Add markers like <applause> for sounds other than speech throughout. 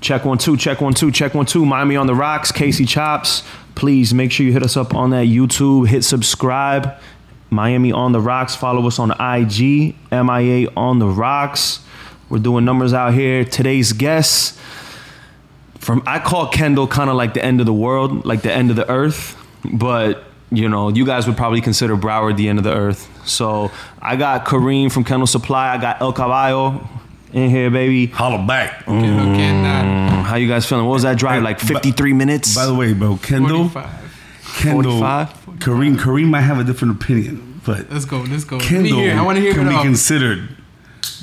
Check one two, check one two, check one two. Miami on the rocks. Casey Chops. Please make sure you hit us up on that YouTube. Hit subscribe. Miami on the rocks. Follow us on IG. MIA on the rocks. We're doing numbers out here. Today's guest from I call Kendall kind of like the end of the world, like the end of the earth, but you know, you guys would probably consider Broward the end of the earth. So I got Kareem from Kendall Supply. I got El Caballo in here, baby. Holla back. Mm. Um, How you guys feeling? What was that drive? Like 53 minutes? By the way, bro, Kendall, 45. Kendall, 45? Kareem, Kareem might have a different opinion, but Let's go. Let's go. Let me Kendall hear it. I want to hear can it be all. considered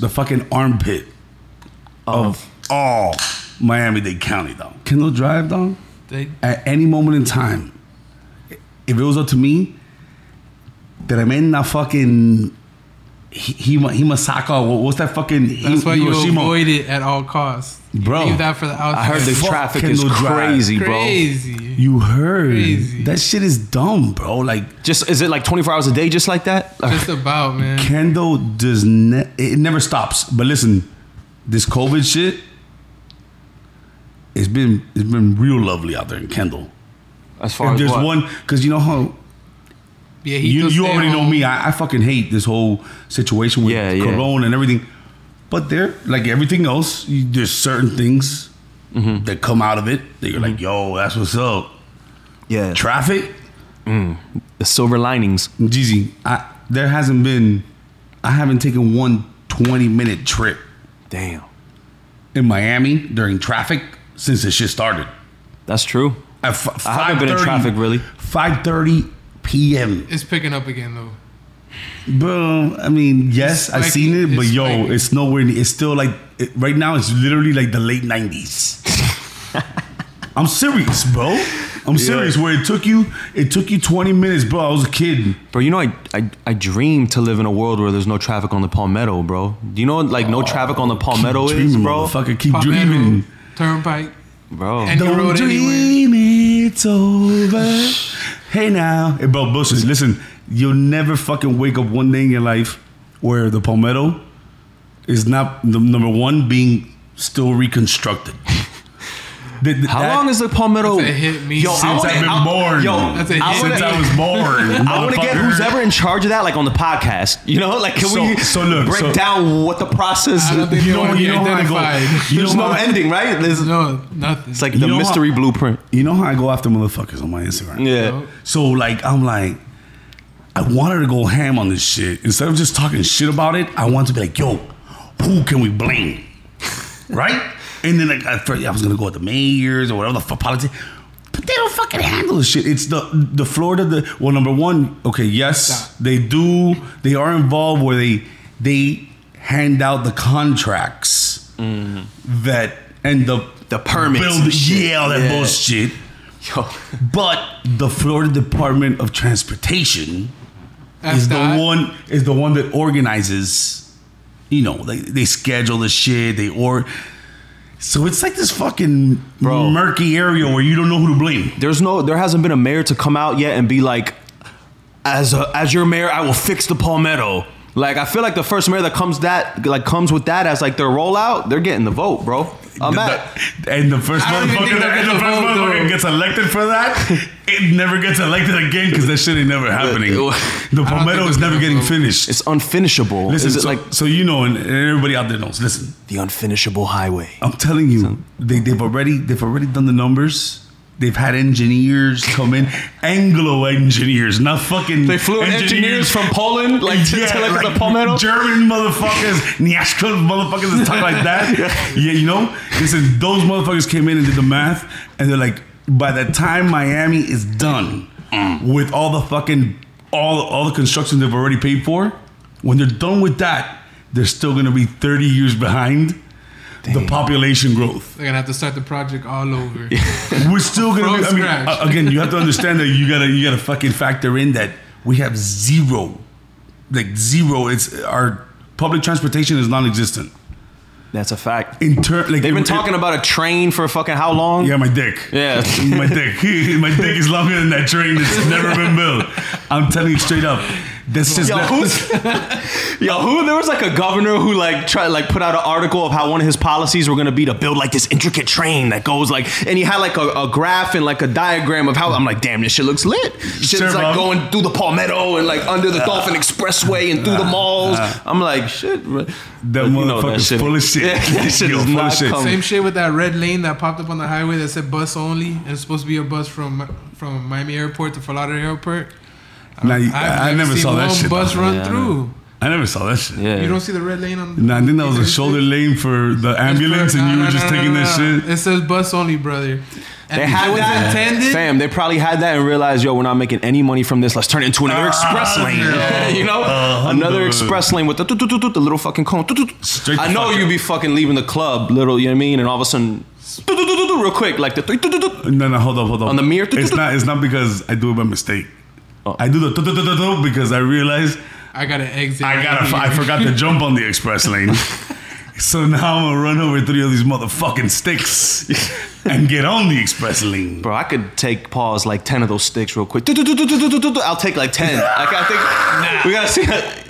the fucking armpit of all Miami-Dade County, though. Kendall Drive, though, They- at any moment in time, if it was up to me, tremenda fucking. He, he, he masaka. What, what's that fucking? Hi- that's why you Hiroshima? avoid it at all costs. You Bro. leave that for the outside. I <laughs> heard the Fuck traffic is Kendall Drive. crazy, bro. crazy. You heard Crazy. that shit is dumb, bro. Like Just is it like 24 hours a day, just like that? Just about man. Kendall does ne- it never stops. But listen, this COVID shit, it's been it's been real lovely out there in Kendall. <laughs> As far And as there's what? one because you know how Yeah, he you, goes you stay already know home. me. I, I fucking hate this whole situation with Yeah, yeah. Corona and everything. But there, like everything else, you, there's certain things Mm-hmm. that come out of it that you're like, yo, that's what's up. yeah, Traffic, the silver linings. Jeezy. I there hasn't been. I haven't taken one 20 minute trip Damn, in Miami during traffic since this shit started. that's true. At f- I haven't been in 5:30 traffic, really. 5:30 p.m. It's picking up again though. Bro, I mean, yes, It's I like- seen it, but it's yo, like- it's nowhere. near- It's still like it, right now. It's literally like the late <laughs> 90s. I'm serious, bro. I'm serious. Where it took you, it took you 20 minutes, bro. I was a kid. Bro, you know I, I I dream to live in a world where there's no traffic on the Palmetto, bro. Do you know what, like no traffic on the Palmetto is, bro? Fucker, keep Palmetto, dreaming. Turnpike. Bro, And- Don't road dream it's <laughs> over. hey now, hey, bro, Bushes. Listen, you'll never fucking wake up one day in your life where the Palmetto is not the number one being still <laughs> reconstructed. Th- th- how that- long is the Palmetto? That's a hit me Yo, I since wanna, since I've been I- born? Yo, That's a hit. I wanna, since <laughs> I I was born. wanna get motherfucker. who's ever in charge of that, like on the podcast. You know, like can So- we so look, break so- down what the process? I don't think is? you know- don't want to you be know how I go- identified. you There's know no what? ending, right? There's, No, nothing. it's like You the know what? mystery blueprint. You know how I go after motherfuckers on my Instagram. Yeah, Nope. So like I'm like, I wanted to go ham on this shit. Instead of just talking shit about it, I wanted to be like, yo, who can we blame? <laughs> right? And then like, at first I was gonna go with the mayors or whatever the fuck politics. But they don't fucking handle this shit. It's the the Florida the well number one, okay, yes, they do they are involved where they they hand out the contracts that end up Mm-hmm. The permits and shit. yeah, all that Yeah. bullshit. yo, But the Florida Department of Transportation is FDOT. the one is the one that organizes. You know, they, they schedule the shit. They or so it's like this fucking Bro. murky area where you don't know who to blame. there's no, there hasn't been a mayor to come out yet and be like, as a, as your mayor, I will fix the Palmetto. Like I feel like the first mayor that comes that like comes with that as like their rollout, they're getting the vote, bro. I'm at. The- and the first I don't even motherfucker, think they'll and the get first the vote, motherfucker though. gets elected for <laughs> that, it never gets elected again because that shit ain't never happening. it- The Palmetto they'll is get never the getting vote. finished. It's unfinishable. Listen, Is it so, like so you know, and, and everybody out there knows. Listen, the unfinishable highway? I'm telling you, they, they've already they've already done the numbers. They've had engineers come in, Anglo engineers, not fucking. They flew engineers, from Poland, like to, <laughs> Yeah, to like, like the Palmetto. German motherfuckers, Nyashka motherfuckers, and stuff <laughs> like that. Yeah, you know, listen, those motherfuckers came in and did the math, and they're like, by the time Miami is done Mm. with all the fucking all all the construction they've already paid for, when they're done with that, they're still gonna be thirty years behind the population growth. They're gonna have to start the project all over. We're still gonna. Be, I From mean, scratch. uh, again, you have to understand that you gotta you gotta fucking factor in that we have zero, like zero. It's our public transportation is non-existent. That's a fact. In turn, like They've been talking about a train for fucking how long? Yeah, my dick. Yeah. <laughs> my dick. my dick is longer than that train that's never been built. I'm telling you straight up. That's just Yo, that- who's, yo, who? There was like a governor who like tried like put out an article of how one of his policies were gonna be to build like this intricate train that goes like, and he had like a, a graph and like a diagram of how I'm like, damn, this shit looks lit. Shit's Sure, like bro. going through the Palmetto and like under the Dolphin Expressway and through the malls. I'm like, shit, bro. That But you know motherfucker's shit- full of shit. Yeah, <laughs> that shit Yo, is full of not shit. coming. Same shit with that red lane that popped up on the highway that said bus only, and it's supposed to be a bus from from Miami Airport to Fort Lauderdale Airport. <laughs> Nah, you- I've I, I never seen saw that one shit. Bus though. run Yeah, I through. I never saw that shit. Yeah. You don't see the red lane on. Nah, I think that was a It's- shoulder lane for the ambulance, and No, you no, were no, just no, taking no, that no. shit. It says bus only, brother. And They had it was that intended. Fam, they probably had that and realized, yo, we're not making any money from this. Let's turn it into another Ah, express lane. <laughs> no. you know? Uh, another no. express lane with the, toot, toot, toot, toot, the little fucking cone. Toot, toot, toot. Straight I the know fuck you up. be fucking leaving the club, little, you know what I mean? And all of a sudden, toot, toot, toot, toot, toot, real quick, like the three. toot, toot, toot. No, no, hold up, hold up. On the mirror? Oh. It's not. It's not because I do it by mistake. I do the tu- tu- tu- tu- tu because I realized I gotta exit. I right got. <laughs> to I here. forgot to jump on the express <laughs> lane. So now I'm gonna run over three of these motherfucking <laughs> sticks and get on the express lane. Bro, I could take pause like 10 of those sticks real quick. Toot, toot, toot, toot, toot, toot, toot, toot. I'll take like <laughs> 10. Like, I think, we gotta see.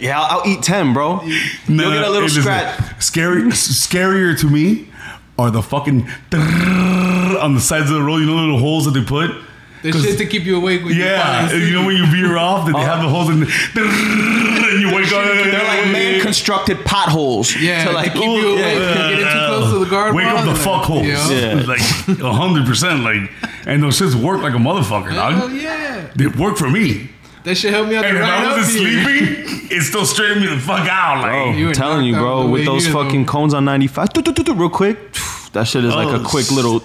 Yeah, I'll, I'll eat 10, bro. You'll get a little it isn't. scratch. Scary, s- scarier to me are the fucking on the sides of the road. You know, little holes that they put. The shit to keep you awake. When Yeah, you, you know when you veer off, that they have the holes in, and you wake up. Uh-huh. They're like man constructed potholes. Yeah, to to like keep you ooh, awake. yeah. You're getting too close to the guard Wake up wall, the like, fuck holes. you know? Yeah. Like hundred percent. Like, and those shits work like a motherfucker, Hell dog. yeah, They work for me. that shit helped me out. And to if ride I up wasn't here. sleeping, it still straightened me the fuck out. Bro, Like, You I'm were telling knocked you, out bro, the with way those here, fucking though. cones on 95, do, do, do, do, real <sighs> quick, that shit is like a Oh, quick s- little.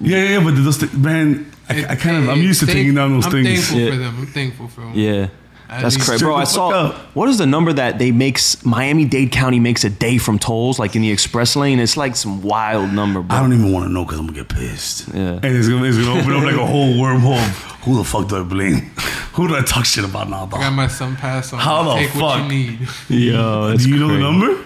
yeah, yeah, yeah, but those thi- man, I, I kind of I'm Hey, used to thank- taking down those I'm things. thankful Yeah. for them. I'm thankful for them. Yeah. That's least crazy, bro. straight I the saw. fuck up. What is the number that they makes Miami Dade County makes a day from tolls, like in the express lane? It's like some wild number, I bro. don't even want to know because I'm gonna get pissed. Yeah. and it's gonna, it's gonna open up like a whole wormhole. Who the fuck do I blame? Who do I talk shit about now? Dog? I got my sun pass on. How the Take what fuck? you need. Yo, do you know the number?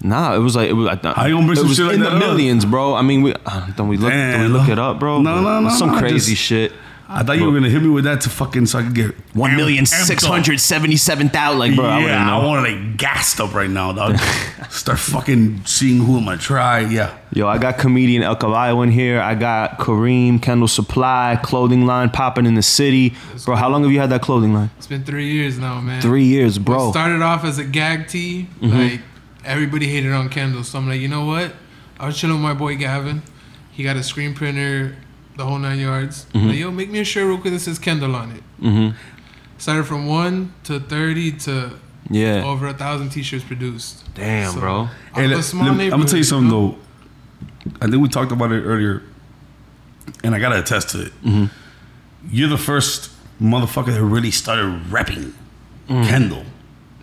Nah, it was like it was. I, How you gonna bring it some was shit like in that the up? millions, bro. I mean, we uh, don't we look don't we Damn. look it up, bro? No, no, no, Some no, I crazy just- shit. I thought you were gonna hit me with that to fucking so I could get One am- million amped up. six hundred seventy-seven thousand. Like, bro, I wouldn't yeah, know. I, want to like gassed up right now, <laughs> dog. Start fucking seeing who am I try. Yeah, Yo, I got comedian El Caballo in here. I got Kareem, Kendall Supply, clothing line popping in the city. Bro, how long have you had that clothing line? It's been three years now, man. Three years, It bro. Mm-hmm. started off as a gag tee. Like everybody hated on Kendall, so I'm like, you know what? I was chilling with my boy Gavin. He got a screen printer, the whole nine yards. Mm-hmm. Like, yo, make me a shirt real quick that says Kendall on it. Started from one to thirty to Yeah. over a thousand t-shirts produced. Damn, bro. I'm Hey, a let- small let me- I'm neighborhood, gonna tell you something know? though. I think we talked about it earlier, and I gotta attest to it. You're the first motherfucker that really started repping Kendall,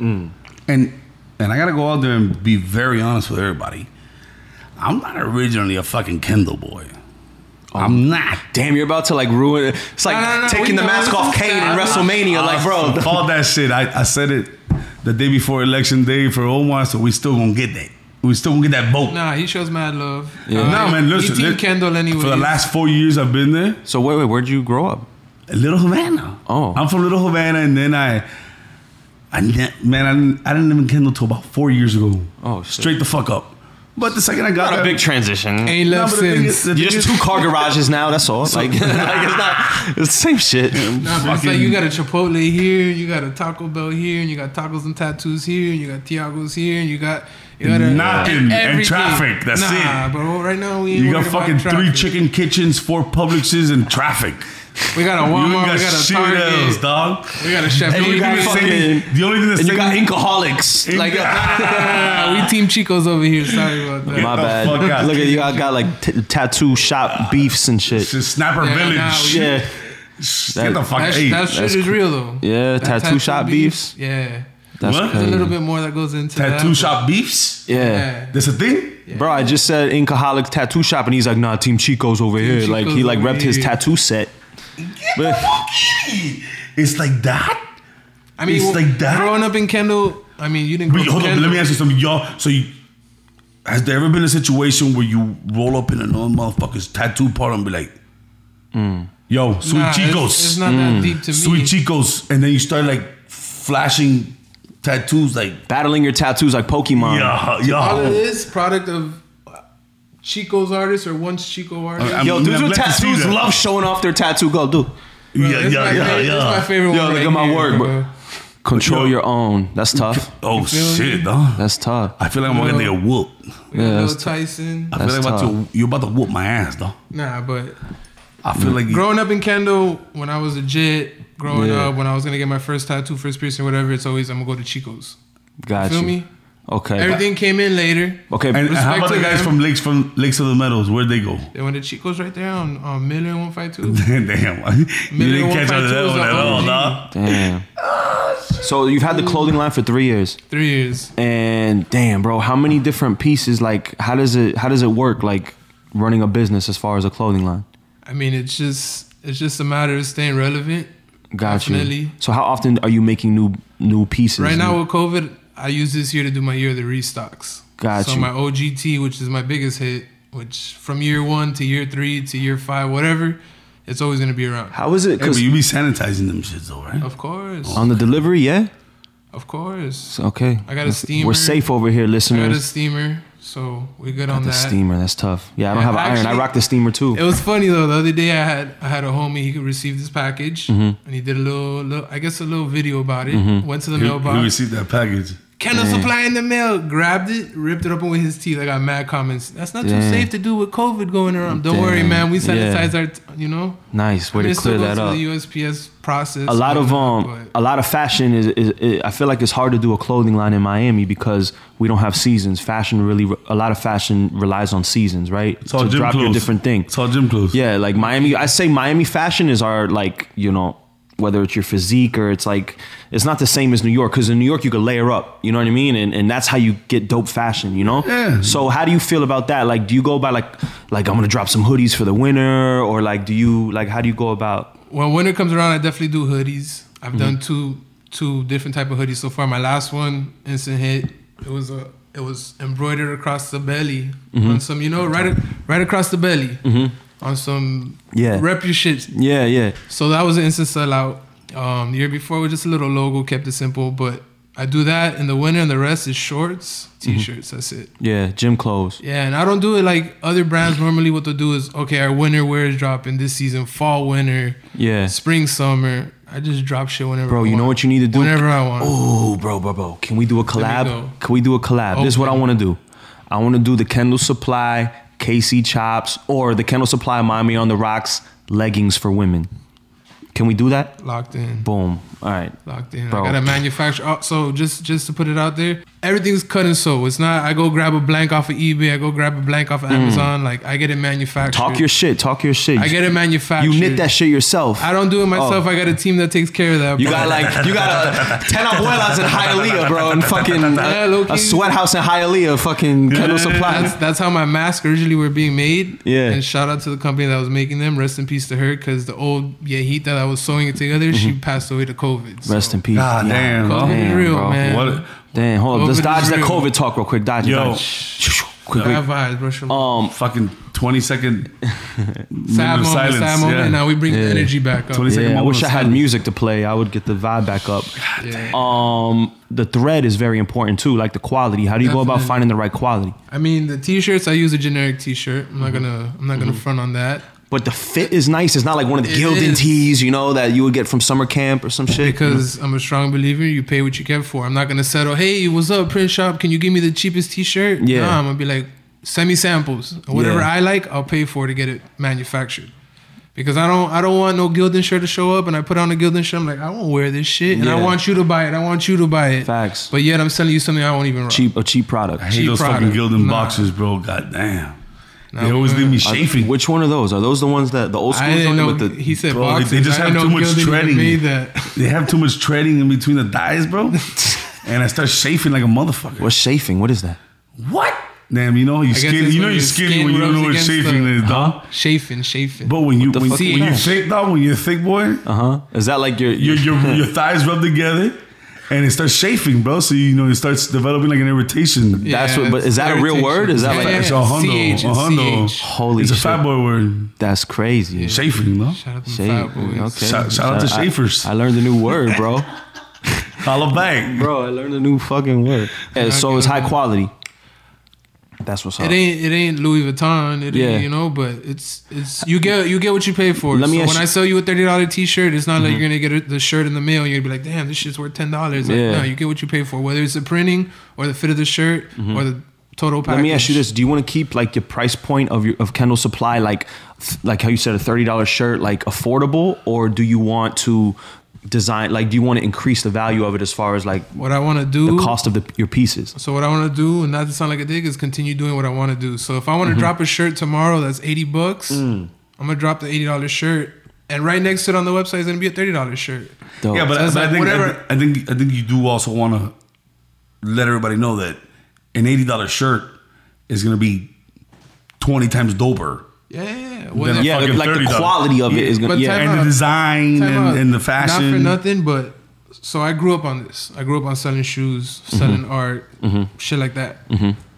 Mm. and and I gotta go out there and be very honest with everybody. I'm not originally a fucking Kendall boy. I'm not. Damn, you're about to like ruin it. It's like no, no, taking we the know mask this off is Kane in bad. WrestleMania. like, <laughs> bro. Awesome. Uh, all that shit. I, I said it the day before election day for Omar, so we still gonna get that. We still gonna get that vote. Nah, he shows mad love. Yeah. Uh, No, man, listen. He team li- Kendall anyway. For the last four years I've been there, So wait, wait, where'd you grow up? Little Havana. Oh. I'm from Little Havana, and then I, I ne- man, I didn't, I didn't live in Kendall till about four years ago. Oh, shit. straight the fuck up. But the second I got Not a there- big transition. ain't No, left but the thing is- since. the You're thing is- just <laughs> two car garages now, that's all. Like, <laughs> like it's not it's the same shit. Nah, but it's like fucking- you got a Chipotle here, you got a Taco Bell here, and you got tacos and tattoos here, and you got Tiago's here, and you got you got a- Knocking and everything. traffic, that's nah, it. bro. Right now we ain't You got worried about fucking three traffic. chicken kitchens, four Publixes, and traffic. We got a You ain't Walmart, got, we got a shit Target, else, dog. we got a Chef. And you got got <laughs> fucking- fucking- the only thing that's And you got saving- alcoholics. Like <laughs> we team Chicos over here. Sorry about that. my the bad. fuck out. Look at you, I got like t- tattoo shop beefs and shit. It's just Snapper Yeah, Village. nah, we- Yeah. Get the fuck That, hey, that shit that's is real though. Yeah, That tattoo shop beefs. Yeah, That's What? there's a crazy. little bit more that goes into that, Tattoo but- shop beefs? Yeah. Yeah. That's a thing? Bro, I just said Incaholic tattoo shop, and he's like, nah, Team Chico's over here. Chico's like, he like over repped his here. tattoo set. Get the fuck in. It's like that? I mean, It's w- like that? Growing up in Kendall, I mean, you didn't. Grow Wait, up hold in up. Let me Kendall. ask you something. Y'all, so you, has there ever been a situation where you roll up in another motherfucker's tattoo parlor and be like, yo, Mm. sweet Nah, it's- Chicos, It's, not that deep to me. sweet Chicos, and then you start like flashing tattoos like Battling your tattoos like Pokemon. yeah, All of yeah. this product of Chico's artists or once Chico artist. I'm- Yo, dudes I'm with glad to see tattoos that. love showing off their tattoo. Go, do. Bro, Yeah, it's yeah, my yeah, favorite- It's my yeah. favorite Yo, one. look right at my here, work, bro. Control your own. That's tough. Oh feel me? shit, dog. That's tough. I feel like I'm Yeah. gonna get a whoop. We got Yeah, Bill that's- Tyson. I feel That's like about tough. to, you're about to whoop my ass, dog. Nah, but Mm. I feel like growing up in Kendall, when I was legit, growing Yeah. up, when I was gonna get my first tattoo, first piercing, whatever, it's always I'm gonna go to Chico's. Got Feel you. me? Okay. Everything came in later. Okay. And how about the Respect to guys them. from Lakes from Lakes of the Meadows? Where'd they go? <laughs> They went to Chico's right there on, on Miller and 152. Damn, you didn't catch on to that one at all, dog. damn. So you've had the clothing line for three years, Three years. and damn, bro, how many different pieces? Like, how does it how does it work? Like running a business as far as a clothing line. I mean, it's just it's just a matter of staying relevant. Got you. Definitely. So how often are you making new new pieces? Right now with COVID, I use this year to do my year of the restocks. Got so you. my OGT, which is my biggest hit, which from year one to year three to year five, whatever, it's always gonna be around. how is it? Yeah, but Cause you be sanitizing them shits though, right? Of course, on the delivery, yeah. of course. It's okay. I got a steamer. We're safe over here, I got a listeners. steamer, so we good on The that. steamer, that's tough. Yeah, I don't Yeah, have an iron. I actually- rock the steamer too. It was funny though. The other day, I had I had a homie. He received this package, Mm-hmm. and he did a little, little, I guess, a little video about it. Went to the You, mailbox. you received that package. Kendall supply in the mail. Grabbed it, ripped it open with his teeth. I got mad comments. That's not Damn. too safe to do with COVID going around. Don't Damn. worry, man. We Yeah. sanitize our, t- you know. nice. Way But to it still clear goes that up. through the USPS process. a lot of whatnot, um, but a lot of fashion is, is, is. I feel like it's hard to do a clothing line in Miami because we don't have seasons. Fashion really, a lot of fashion relies on seasons, right? It's all to gym drop clothes. your different thing. It's all gym clothes. Yeah, like Miami. I say Miami fashion is our like you know whether it's your physique or it's like it's not the same as New York because in New York you could layer up. You know what I mean? And and that's how you get dope fashion. You know. Yeah. So how do you feel about that? Like, do you go by like like I'm gonna drop some hoodies for the winter or like do you like how do you go about? when winter comes around, I definitely do hoodies. I've Mm-hmm. done two two different type of hoodies so far. My last one, instant hit. It was a it was embroidered across the belly Mm-hmm. on some, you know, right right across the belly on some Yeah. rep your shit Yeah, yeah. So that was an instant sellout. Um, the year before was just a little logo, kept it simple. But I do that in the winter, and the rest is shorts, Mm-hmm. t-shirts. That's it. Yeah, gym clothes. Yeah, and I don't do it like other brands. Normally, what they'll do is, okay, our winter wear is dropping this season, fall, winter, Yeah. spring, summer. I just drop shit whenever. Bro, I you know want. what you need to do? Whenever I want. Oh, bro, bro, bro. Can we do a collab? go. Can we do a collab? This is what I Okay. want to do. I want to do the Kendall Supply KC Chops or the Kendall Supply Miami on the Rocks leggings for women. Can we do that? Locked in. Boom. All right. Locked in. Bro. I gotta manufacture. Oh, so just just to put it out there, everything's cut and sew. It's not. I go grab a blank off of eBay. I go grab a blank off of Amazon. Like I get it manufactured. Mm. Talk your shit. Talk your shit. I get it manufactured. you knit that shit yourself. Oh. I don't do it myself. I got a team that takes care of that. You bro. got like you got <laughs> a ten abuelas in Hialeah, bro, and fucking Yeah, low a, key. a sweat house in Hialeah, fucking Kendall that's Supply. that's how my masks originally were being made. Yeah. And shout out to the company that was making them. Rest in peace to her, because the old Yehit that I was sewing it together, she passed away to COVID. so- Mm-hmm. Rest in peace. God Yeah. damn. COVID dog. is Damn, real, bro. man. What? Damn, hold up. Let's COVID dodge is that real. COVID talk real quick. Dodge it. Yo. Dodge. Quick, Bad quick. vibes, bro. Shalom. Um, Fucking 20 second sad minute moment, silence. sad moment. yeah. Now we bring Yeah. the energy back up. 20 second yeah, I moment wish of I had silence. music to play. I would get the vibe back up. Yeah. Um, the thread is very important too, like the quality. How do you go about Definitely. finding the right quality? I mean, the t-shirts. I use a generic t-shirt. I'm Mm-hmm. not gonna. I'm not gonna front on that But the fit is nice. It's not like one of the It Gildan is. tees, you know, that you would get from summer camp or some shit. because I'm a strong believer. You pay what you get for. I'm not gonna settle. Hey, what's up, print shop? Can you give me the cheapest t-shirt? Yeah. Nah, I'm gonna be like, send me samples. Whatever Yeah. I like, I'll pay for to get it manufactured. Because I don't, I don't want no Gildan shirt to show up, and I put on a Gildan shirt. I'm like, I won't wear this shit, and I Yeah. want you to buy it. I want you to buy it. Facts. But yet I'm selling you something I won't even rock. cheap, a cheap product. I hate cheap those fucking product. Gildan Nah. boxes, bro. God damn. they we always don't- leave me Are- chafing. Which one of those? Are those the ones that the old school I didn't joint know with the? he said Bro, they- boxes. they just I have didn't too know much Gildan even treading. Made that. They have too much treading in between the thighs, bro. and I start chafing like a motherfucker. what's chafing? What is that? What? Damn, you know you're guess skinny. it's You know when you're your skinny skin when you don't rubs know what against chafing the- is, dog. Chafing, chafing. But when you the when, fuck when is you're that? thick, dog, when you're thick, boy, Uh huh. Is that like your your <laughs> your your thighs rub together, and it starts chafing, bro. So you know it starts developing like an irritation. That's what- but it's is that a real word? Is that irritation. like- yeah, It's yeah, a hundo, CH, a hundo. CH. Holy it's a shit. fat boy word. That's crazy. Chafing, no? Shout out to Shave. Fat Boys. Okay. Shout- shout out to I- Shavers. <laughs> I, learned a new word, bro. Holla back. Bro, I learned a new fucking word. Yeah, so it's high quality. That's what's up. It ain't it ain't Louis Vuitton. It Oh. Yeah. ain't, you know, but it's it's you get you get what you pay for. Let me so ask you- when Mm-hmm. I sell you a thirty dollar t shirt, it's not like you're gonna get a- the shirt in the mail. You're gonna be like, damn, this shit's worth ten dollars. Like, Yeah. No, you get what you pay for. Whether it's the printing or the fit of the shirt or the total Mm-hmm. package. Let me ask you this: Do you want to keep like your price point of your of Kendall Supply, like th- like how you said a thirty dollars shirt, like affordable, or do you want to design like do you want to increase the value of it as far as like What I want to the do. cost of the, your pieces? So what I want to do, and not to sound like a dick, is continue doing what I want to do. So if I Mm-hmm. want to drop a shirt tomorrow that's eighty bucks, Mm. I'm gonna drop the eighty dollar shirt, and right next to it on the website is gonna be a thirty dollar shirt. Dope. Yeah, but, Oh. So I, but it's I like, think whatever- I, think I think you do also want to let everybody know that an eighty dollar shirt is gonna be twenty times doper, Yeah, yeah, yeah. Then Well, a yeah, fucking like the $30. quality of it is gonna But yeah. time and the out. design Time out. and, and the fashion. Not for nothing, but so I grew up on this. I grew up on selling shoes, selling Mm-hmm. art, shit like that.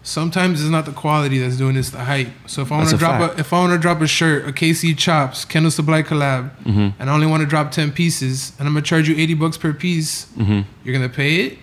Sometimes it's not the quality that's doing it, it's the hype. So if I That's want to a drop fact. a if I want to drop a shirt, a KC Chops, Kendall Supply collab, Mm-hmm. and I only want to drop ten pieces, and I'm gonna charge you eighty bucks per piece, Mm-hmm. you're gonna pay it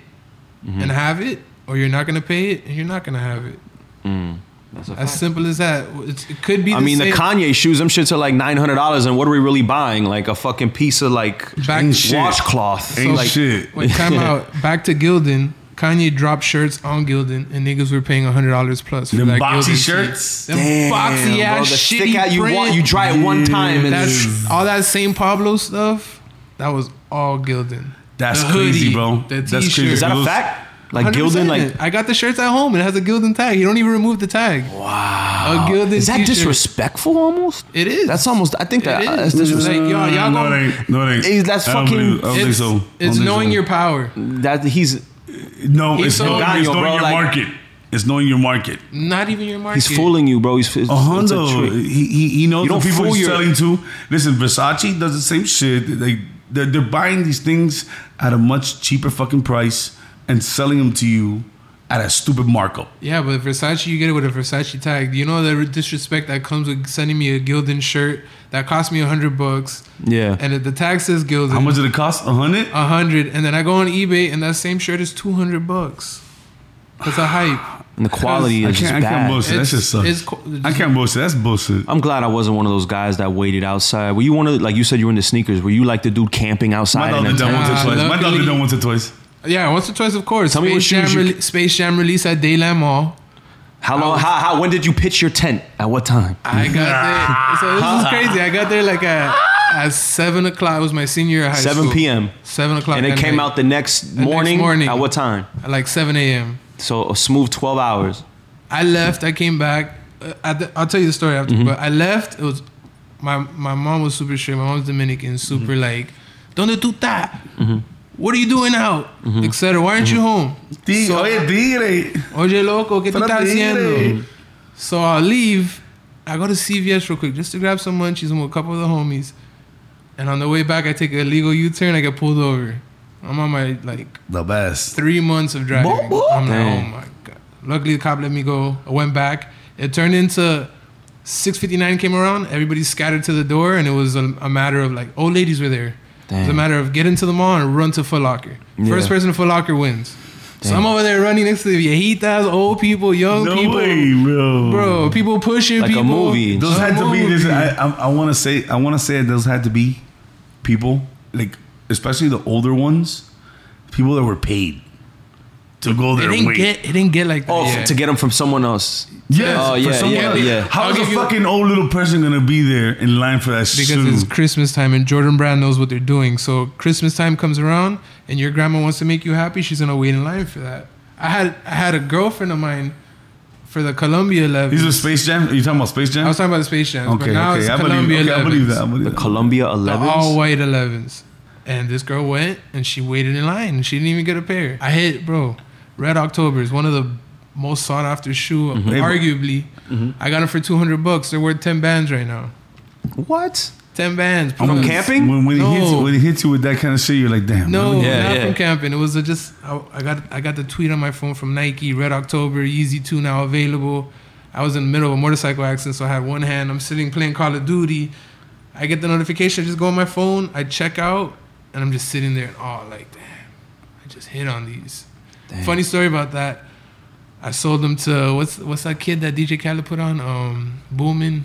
and have it, or you're not gonna pay it and you're not gonna have it. Mm. That's a As simple as that. It's, it could be. The I mean, the same- Kanye shoes, them shits are like nine hundred dollars, and what are we really buying? Like a fucking piece of like Back- Ain't shit. washcloth. Ain't like, shit. Wait, <laughs> time out. Back to Gildan. Kanye dropped shirts on Gildan, and niggas were paying hundred dollars plus for Them that boxy Gildan shit. shirts? Them Damn, boxy bro, ass the shitty stick out you print. want, you dry it one time, and That's then all that Saint Pablo stuff. That was all Gildan. That's The crazy, hoodie, bro. The That's crazy. t-shirt. is that a Those- fact? Like Gildan, like 100%. I got the shirts at home. It has a Gildan tag. You don't even remove the tag. Wow. A Gildan. is that t-shirt. disrespectful? Almost. It is. That's almost. I think It that uh, is. that's It's disrespectful. like, y'all, y'all no, gonna- it ain't. No, it ain't. Is that's I don't fucking- believe- I don't think It's, so. I don't it's think knowing so. your power. That he's No, He's it's so knowing, Ganyo, it's knowing bro, your like- market. It's knowing your market. Not even your market. he's fooling you, bro. He's it's, A it's a hundo. trick. He, he, he knows You the don't people fool he's your- selling to. Listen, Versace does the same shit. They they're, they're buying these things at a much cheaper fucking price and selling them to you at a stupid markup. Yeah, but Versace, you get it with a Versace tag. You know the disrespect that comes with sending me a Gildan shirt that cost me a hundred bucks, Yeah. and if the tag says Gildan, How much did it cost? A hundred. A hundred, and then I go on eBay and that same shirt is two hundred bucks. That's a <sighs> hype. and the quality I is just can't. I can't bad. bullshit. That It's- shit it's sucks. co- I can't bullshit. That's bullshit. I'm glad I wasn't one of those guys that waited outside. Were you one of like you said you were into sneakers? Were you like the dude camping My outside? in dog did a that tent? once or Ah, twice. My dog luckily- did that once or twice. Yeah, once or twice, of course. Tell me what Space shoes Jam you- rele- Space Jam release at Dayland Mall. How long? How, how? When did you pitch your tent? At what time? I <laughs> got there. So this is crazy. I got there like at, at seven o'clock. It was my senior year of high 7 school. p.m. Seven o'clock. And it at came night. out the next next morning. morning. At what time? at like seven a.m. So a smooth 12 hours. I left. I came back. Uh, I th- I'll tell you the story after. But I left. It was my my mom was super strict. My mom's Dominican, super like, "Donde tu ta? What are you doing out? Etc. Why aren't you home? Dig- So- Oye, tigre. Oye loco, ¿qué tú Para estás tigre. haciendo? So I leave. I go to CVS real quick just to grab some munchies and with a couple of the homies. And on the way back, I take a legal U-turn. I get pulled over. I'm on my like The best. three months of driving. Boom, boom. I'm like, Dang. oh my god. Luckily, the cop let me go. I went back. It turned into 6:59 came around. Everybody scattered to the door, and it was a, a matter of like old ladies were there. It's a Dang. matter of get into the mall and run to Foot Locker. First Yeah. person to Foot Locker wins. So I'm over there running next to the viejitas, old people, young No people, way, bro. bro. People pushing Like a people. movie. Those A had to be. movie. This, I, I, I want to say. I want to say those had to be people like, especially the older ones, people that were paid to go it there. and didn't wait. get. It didn't get like that. Oh, f- yet. to get them from someone else. yes. Oh, for yeah, someone yeah, else. yeah. How I'll is a give you- fucking old little person gonna be there in line for that because shoe? it's Christmas time and Jordan Brand knows what they're doing. So Christmas time comes around and your grandma wants to make you happy, she's gonna wait in line for that. I had I had a girlfriend of mine for the Columbia Eleven. These are Space Jam. Are you talking about Space Jam? I was talking about the Space Jams, okay, but now okay. it's I believe, Columbia okay, I believe 11s, that. I believe The that. Columbia the 11s. Oh, all white Elevens. And this girl went and she waited in line and she didn't even get a pair. I hit bro, Red October is one of the most sought after shoe, Mm-hmm. arguably. I got them for two hundred bucks. They're worth ten bands right now. What? Ten bands. From please. camping? When, when, No. he hits, when he hits you with that kind of shit, you're like, damn. No, really? Yeah, not yeah. from camping. It was a just I, I got I got the tweet on my phone from Nike, Red October, Yeezy Two now available. I was in the middle of a motorcycle accident, so I had one hand. I'm sitting playing Call of Duty. I get the notification. I just go on my phone. I check out, and I'm just sitting there in awe, like damn. I just hit on these. Funny story about that. I sold them to what's what's that kid that DJ Khaled put on? Um, Boomin,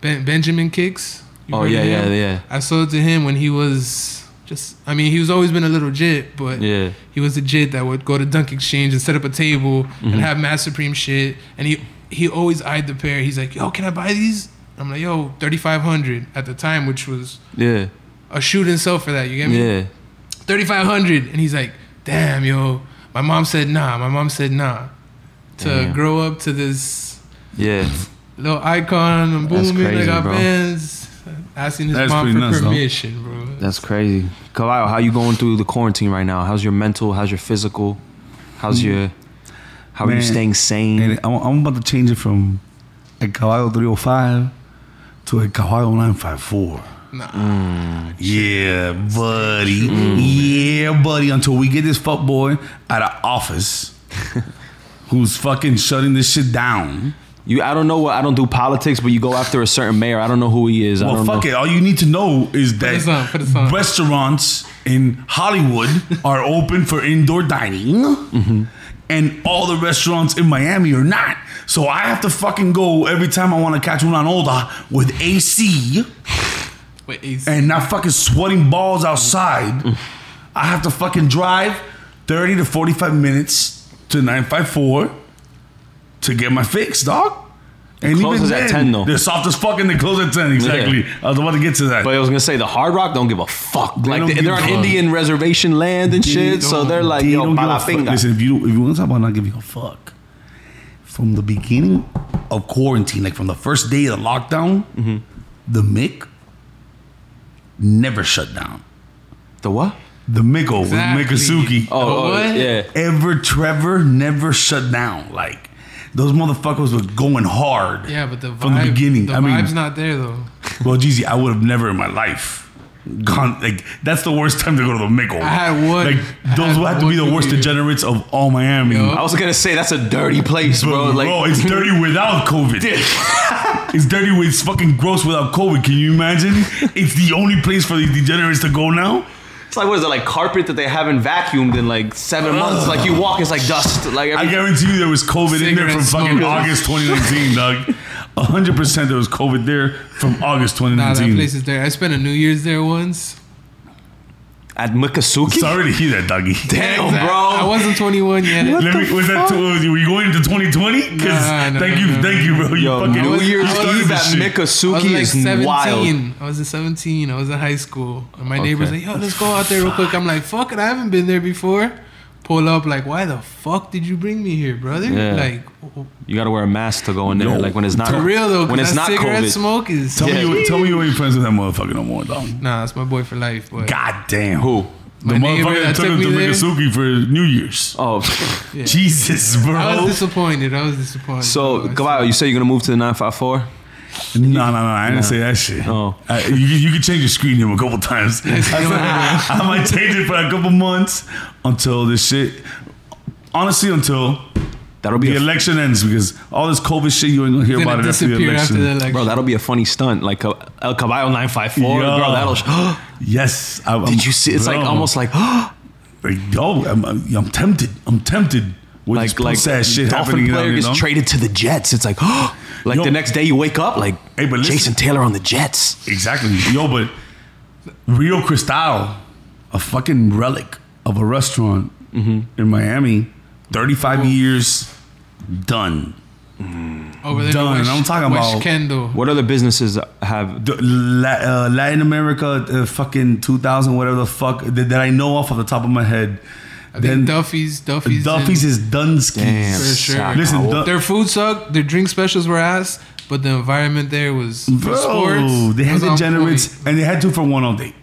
ben, Benjamin Kicks. You've Oh, heard of yeah, yeah, him? yeah. I sold it to him when he was just. I mean, he was always been a little jit, but Yeah. he was a jit that would go to Dunk Exchange and set up a table Mm-hmm. and have Mass Supreme shit. And he he always eyed the pair. He's like, "Yo, can I buy these?" I'm like, "Yo, 3,500 at the time, which was Yeah. a shooting sell for that. You get me? Yeah. 3500 and he's like damn yo my mom said nah my mom said nah to Damn. grow up to this Yeah. little icon and That's booming crazy, like our bro. bands asking his That's mom pretty for nuts, though. permission bro That's crazy. Kalao, how you going through the quarantine right now? How's your mental? How's your physical? How's your how are you Man. staying sane? And I'm, I'm about to change it from El Caballo 305 to El Caballo 954. Nah. Yeah, buddy. Mm. Yeah, buddy. Until we get this fuck boy out of <laughs> office who's fucking shutting this shit down. You, I don't know what I don't do politics, but you go after a certain mayor. I don't know who he is. I Well, don't fuck know. it. All you need to know is this on, put this that on. restaurants in <laughs> Hollywood are open for indoor dining, Mm-hmm. and all the restaurants in Miami are not. So I have to fucking go every time I want to catch una olda with AC wait Ace. and not fucking sweating balls outside. I have to fucking drive 30 to 45 minutes to 954 to get my fix, dog. And closes at 10 though. They're soft as fuck and they close at 10, exactly. I was about to get to that. But I was gonna say the Hard Rock don't give a fuck. don't like they, give are on a fuck. Indian reservation land and shit, so don't. they're like They yo, don't give pa a la fuck. finga. Listen, if you if you want to talk about not giving a fuck, from the beginning of quarantine, like from the first day of the lockdown, Mm-hmm. the Mick never shut down. The what? The Mickle Exactly. with Mikasuki. Oh, The oh, what? yeah. Ever Trevor never shut down. Like those motherfuckers were going hard. yeah but the vibe, from the beginning. the I mean, vibe's not there though well, Jeezy, I would have never in my life gone. Like that's the worst time to go to the Mickle. I had one. Like I those had would have to be one the worst beer. degenerates of all Miami. Yo. I was gonna say that's a dirty place, bro. Bro, Like it's dirty without COVID. it's dirty with it's fucking gross without COVID. Can you imagine? It's the only place for these degenerates to go now. it's like what is it like carpet that they haven't vacuumed in like seven months? Like you walk, it's like dust. Like I every, guarantee you there was COVID in there Cigarette from fucking smoke. August 2019, dog. 100% there was COVID there from August nah that 2019. place is there I spent a New Year's there once at Mikasuki. Sorry to hear that, doggy. Damn, Exact- bro. Oh. I wasn't 21 yet Let me, was that too, were you going into 2020? Because Nah, nah, thank nah, you, nah, thank you, bro. You Yo, fucking New was- Year's I was- Eve at I was Mikasuki like is 17. wild. I was at 17. I was in high school. And my neighbor's Okay. like, yo, let's go out there real quick. I'm like, fuck it. I haven't been there before. Pull up, like, why the fuck did you bring me here, brother? Yeah. Like, w- You gotta wear a mask to go in there. Yo, like when it's not for real though, When it's because that not cigarette COVID. smoke is. Tell, Yeah. me you, tell me you ain't friends with that motherfucker no more, dog. Nah, it's my boy for life. But God damn. Who? The My neighbor motherfucker that that took took him me to there? Mikasuki for New Year's. Oh, yeah. Jesus, bro. I was disappointed. I was disappointed. so bro. Caballo, you say you're gonna move to the nine five four? No, no, no. I didn't say that shit. Oh. Uh, you, you can change your screen name a couple times. <laughs> I, said, I might change it for a couple months until this shit. Honestly, until That'll be the a, election ends, because all this COVID shit, you ain't gonna hear It's about gonna it after the disappear after election. the election. bro. That'll be a funny stunt. Like uh, El Caballo nine five four. Yo. Bro, that'll. Sh- <gasps> yes. I, I'm- Did you see? It's like bro. almost like <gasps> Like, yo, I'm, I'm, I'm tempted. I'm tempted with like this like puss ass shit Dolphin happening. now, player you gets know? traded to the Jets. It's like <gasps> like Yo. the next day you wake up like Hey, but listen- Jason Taylor on the Jets. Exactly. Yo, but Rio Cristal, a fucking relic of a restaurant Mm-hmm. in Miami, 35 years done. over there. done. West, I'm talking West about- Kendall. What other businesses have? The La- uh, Latin America, uh, fucking 2000, whatever the fuck that, that I know off of the top of my head. Then Duffy's, Duffy's, Duffy's is Dunsky's. Damn, For sure. Listen, Sacco. Du- Their food sucked. Their drink specials were ass, but the environment there was bro, for sports. they had was on degenerates point. and they had two for one all day.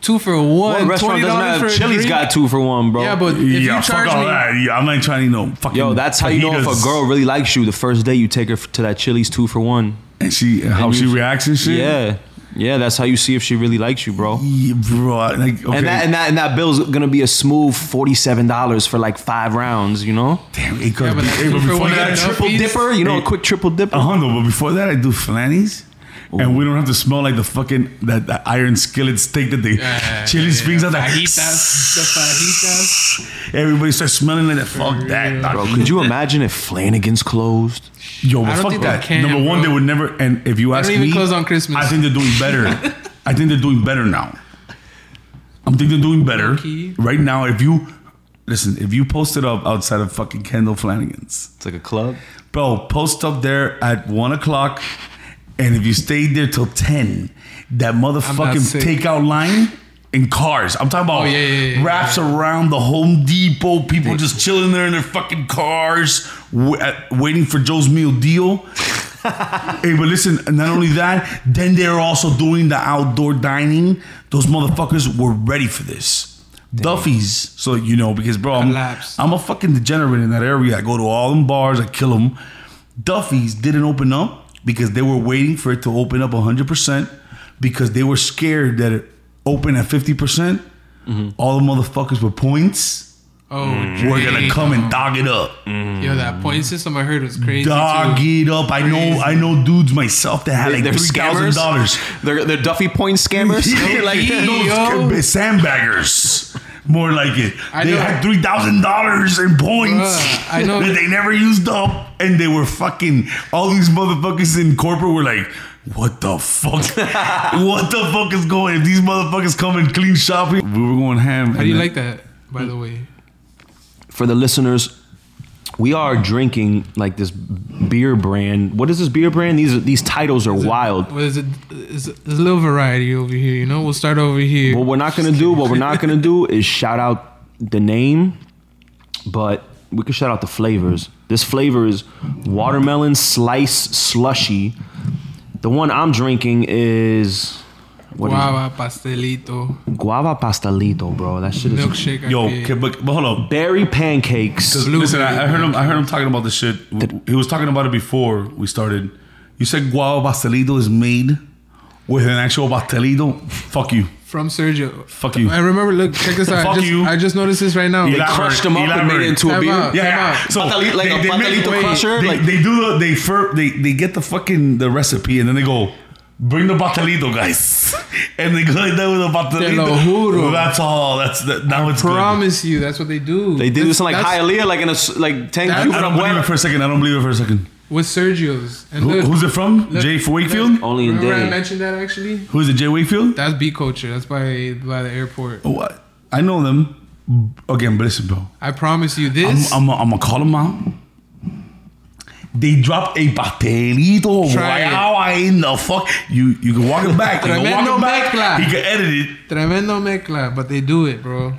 Two for one. What restaurant $20 doesn't for a have Chili's drink? got two for one, bro. Yeah, but if Yeah, you fuck charge all me, that. Yeah, I'm not trying to know. Fucking Yo, that's how you know if a fajitas. girl really likes you. The first day you take her f- to that Chili's two for one. and she how she reacts and shit. Yeah, yeah, that's how you see if she really likes you, bro. Yeah, bro. I- Like, okay. Oh. And that and that and that bill's gonna be a smooth forty-seven dollars for like five rounds. You know, Damn, it could Yeah, but be. that's Hey, but two for before one that, and a triple. half. triple Fees? dipper. You know, a quick triple dipper. Uh huh. But before that, I do flannies. and we don't have to smell like the fucking that, that iron skillet steak that they Yeah, chili yeah, springs out there. fajitas, the fajitas. Everybody starts smelling like that. Fuck that, Bro, dog. could you imagine if Flanagan's closed? Yo, I but don't fuck think that. they can, Number one, bro. they would never. And if you ask don't even me, close on Christmas. I think they're doing <laughs> better. I think they're doing better now. I think they're doing better Low-key. right now. If you listen, if you post it up outside of fucking Kendall Flanagan's, It's like a club. bro, post up there at one o'clock, and if you stayed there till ten, that motherfucking sick. takeout line. And cars. I'm talking about Oh, yeah, yeah, yeah, wraps around the Home Depot. People just chilling there in their fucking cars, w- at, waiting for Joe's meal deal. Hey, but listen, and not only that, then they're also doing the outdoor dining. Those motherfuckers were ready for this. Duffy's, so you know, because bro, I'm, Collapsed. I'm a fucking degenerate in that area. I go to all them bars, I kill them. Duffy's didn't open up because they were waiting for it to open up 100% because they were scared that it opened at 50%. percent Mm-hmm. All the motherfuckers with points Oh, were gonna come and dog it up. Yo, that point system I heard was crazy. Dog too. it up. I know. Crazy. I know dudes myself that had like three thousand dollars. They're, they're Duffy Point scammers. <laughs> Yeah, like, those yo. can be sandbaggers. More like it. I they know. had three thousand dollars in points Bruh, I know. that they never used up, and they were fucking. All these motherfuckers in corporate were like, "What the fuck? <laughs> what the fuck is going? If these motherfuckers come and clean shop here, we were going ham." How do you like that? By the way, For the listeners, we are drinking like this beer brand. What is this beer brand? These these titles are wild. what is it? Is it- There's a little variety over here. You know, we'll start over here. What we're not gonna do, what we're not gonna do is shout out the name, but we can shout out the flavors. This flavor is watermelon slice slushy. The one I'm drinking is what is it? Guava, pastelito, guava pastelito, bro. That shit is milkshake. Yo, IPA. okay, but, but hold up. berry pancakes. Blue Listen, I, I Moon. heard him. I heard him talking about this shit. He was talking about it before we started. You said guava pastelito is made with an actual pastelito. Fuck you. from Sergio. Fuck you. I remember. Look, <laughs> check this out. Fuck I just, you. I just noticed this right now. Yeah. Crushed them up and made it into a Time beer. out. Yeah, Time yeah. out. So Patali- like a make- patalito crusher, They, like- they do the they fir- they they get the fucking the recipe and then they go bring the patalito guys <laughs> and they go like that with the Te patalito. lo juro. Well, that's all. That's that, now it's good. Promise you, that's what they do. They did this in like that's- Hialeah, like in a s- like tank. That- you I from don't believe where? it for a second. I don't believe it for a second. with Sergio's. And Who, look, who's it from? look, Jay look. Wakefield. Only in Remember I day. mentioned that actually. Who is it? Jay Wakefield. That's B culture. That's by by the airport. Oh, I, I know them. Again, but listen, bro. I promise you I'm this. I'm I'm gonna call them out. They dropped a pastelito Try it. wow, I in the fuck. You you can walk it back. You can walk Tremendo it back. mezcla. He can edit it. Tremendo mezcla, but they do it, bro.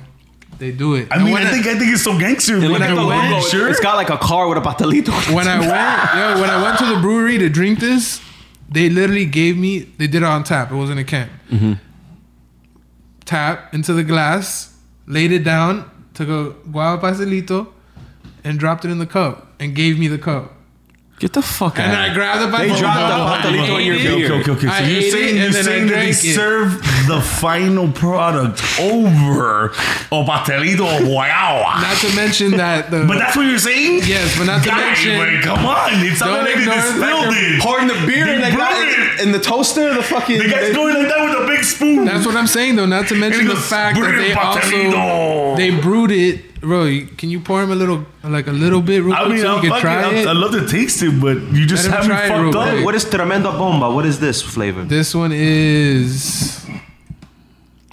They do it. I And mean, when I think I think it's so gangster. It When looked I like a went, logo. went, sure. It's got like a car with a pastelito. <laughs> when I went, yo, when I went to the brewery to drink this, they literally gave me. They did it on tap. It wasn't a can. Tap into the glass, laid it down, took a guava pastelito, and dropped it in the cup, and gave me the cup. Get the fuck out. And I grabbed the They pastelito. dropped the I pastelito in your ate it. okay, okay, okay, okay. So I you're ate it saying and you're then I saying that they drank it. serve the final product over a pastelito guayaba. Not to mention that the But that's what you're saying? Yes, but not to God, mention- man, come on. It's not Don't like they ignore the fact distilled that it. pouring the beer They in like brewed that it. in, in the toaster. The fucking The guy's going like that with a big spoon. That's what I'm saying though. Not to mention the goes, fact that "Bring they it, Paterino." also they brewed it, bro. you- Can you pour him a little, like a little bit, real I quick, mean, so I'm we can fucking, try I'm, it? I love to taste it, but you just Let him have me try it real fucked up. quick. what is tremenda bomba? What is this flavor? this one is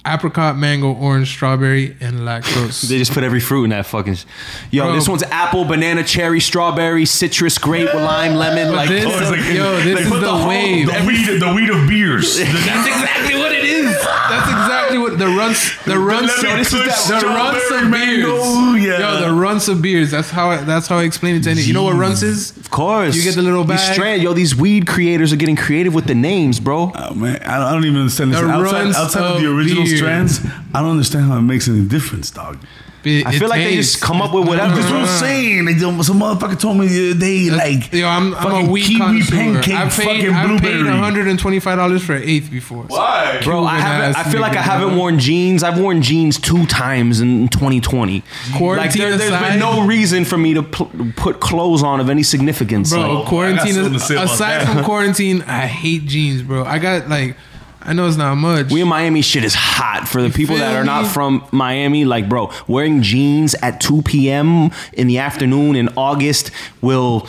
apricot, mango, orange, strawberry, and lactose. They just put every fruit in that fucking. Sh- Yo, Bro. this one's apple, banana, cherry, strawberry, citrus, grape, lime, lemon. Like, this- Oh, it's like- Yo, this they is put the whole- wave. The weed, the weed of beers. The- That's <laughs> exactly what it is. That's exactly what the runs, the runs, lemon yo, this is twist, that- the runs of strawberry, beers. mango, yeah. Yo, the runs of beers. That's how I, that's how I explain it to any. You know what runs is? of course, You get the little These bag. strand, yo, these weed creators are getting creative with the names, bro. <laughs> Oh, man, I don't, I don't even understand this. The Outside, runs outside of, the of original beers. strands, I don't understand how it makes any difference, dog. But I it feel like they tastes- uh, just come up with whatever. That's what I'm saying. Like, some motherfucker told me the other day, like, Uh-huh. Yo, I'm, I'm fucking a weak kiwi connoisseur. pancake, I paid, fucking I paid blueberry. $125 for an eighth before. Why? Bro, I, Cuban haven't, ass I feel like I nigga. haven't worn jeans. I've worn jeans two times in 2020. Like Quarantine there, has aside- been no reason for me to pl- put clothes on of any significance. Bro, Like, quarantine. something to Is, say about aside that. from quarantine, I hate jeans, bro. I got like, I know it's not much. we in Miami, shit is hot. For the people that feel are not me? from Miami, like bro, wearing jeans at 2 p.m. in the afternoon in August will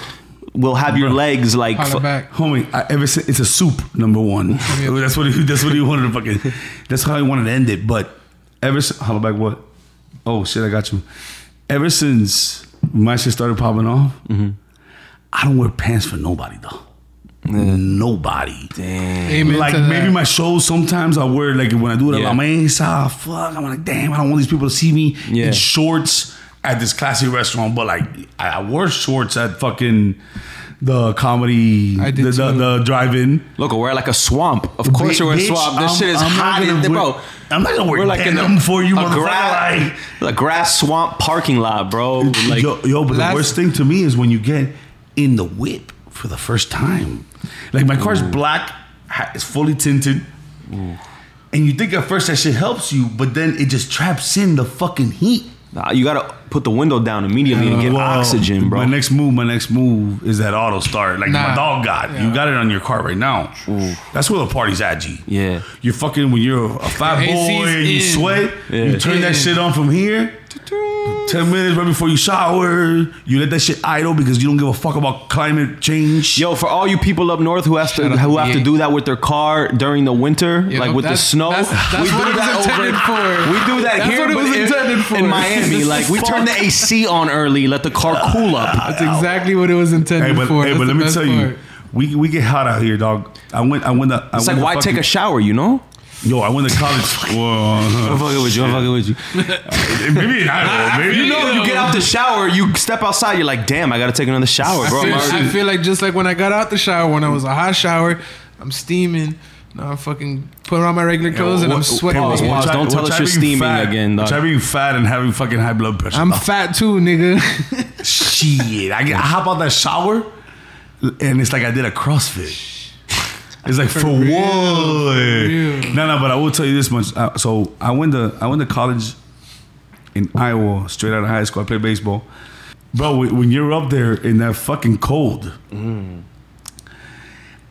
will have your legs like. Holla fu- back. Homie, I ever said it's a soup number one. <laughs> that's what he, that's what he wanted to fucking. That's how he wanted to end it. But ever since holla back what? Oh shit, I got you. Ever since my shit started popping off, I don't wear pants for nobody though. Nobody. Amen Like to that. maybe my shows sometimes I wear like when I do it Yeah. I'm like, ah, fuck. I'm like, damn, I don't want these people to see me Yeah. in shorts at this classy restaurant. But like I, I wore shorts at fucking the comedy I did the, the, too. the drive in. Look, we're like a swamp. Of course, Bi- we're a bitch, swamp. This I'm- shit is I'm not hot gonna in the wear- bro. I'm not gonna wear We're like in denim a, for you, a motherfucker. grass, Like, a grass swamp parking lot, bro. Like, yo, yo, but last- the worst thing to me is when you get in the whip for the first time. Like my car's black, ha- it's fully tinted. And you think at first that shit helps you, but then it just traps in the fucking heat. Nah, you gotta put the window down immediately and get Uh, Well, oxygen, bro. My next move, my next move is that auto start. Like my Nah. dog got. You Yeah. got it on your car right now. That's where the party's at, G. Yeah. You're fucking when you're a fat Your AC's boy and you in. sweat, you turn that In. shit on from here. Ten minutes right before you shower, you let that shit idle because you don't give a fuck about climate change. Yo, for all you people up north who has to Shout out who to have to VA. do that with their car during the winter, Yo, like with the that's- snow, that's- <laughs> that's we what do it was that intended over. for. We do that That's here, what it but was in- intended for. in <laughs> Miami, like we turn the AC on early, let the car cool up. That's exactly what it was intended hey, but, for. hey, That's but the let me best tell part. you, we, we get hot out here, dog. I went, I went. The, I It's went like the why take fucking- a shower, you know? Yo, I went <laughs> to college. Whoa. I'm fucking with you. I'm fucking with you. maybe <laughs> I don't know. Maybe You know, you get out the shower, you step outside, you're like, damn, I gotta take another shower, bro. I'm I feel, already- I feel like just like when I got out the shower, when I was a hot shower, I'm steaming. Now I'm fucking putting on my regular clothes and I'm what- sweating. pause, like pause. a- Don't Which tell I- us which I you're being steaming fat- again, dog. Which I being fat and having fucking high blood pressure. I'm dog. fat too, nigga. <laughs> <laughs> Shit, I, get, I hop out that shower, and it's like I did a CrossFit. It's like for, real, what? real. No, no, but I will tell you this much. Uh, so I went to I went to college in Iowa, straight out of high school. I played baseball, bro. When when you're up there in that fucking cold,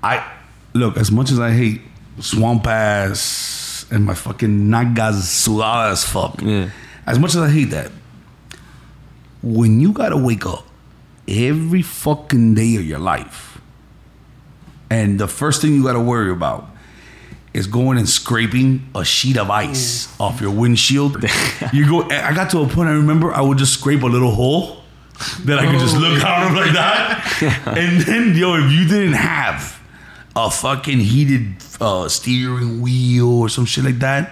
I look as much as I hate swamp ass and my fucking nagas sudada as fuck. Yeah. As much as I hate that, when you gotta wake up every fucking day of your life, and the first thing you gotta worry about is going and scraping a sheet of ice off your windshield. you go. I got to a point. I remember I would just scrape a little hole that I could just look out of like that. and then, yo, if you didn't have a fucking heated uh, steering wheel or some shit like that.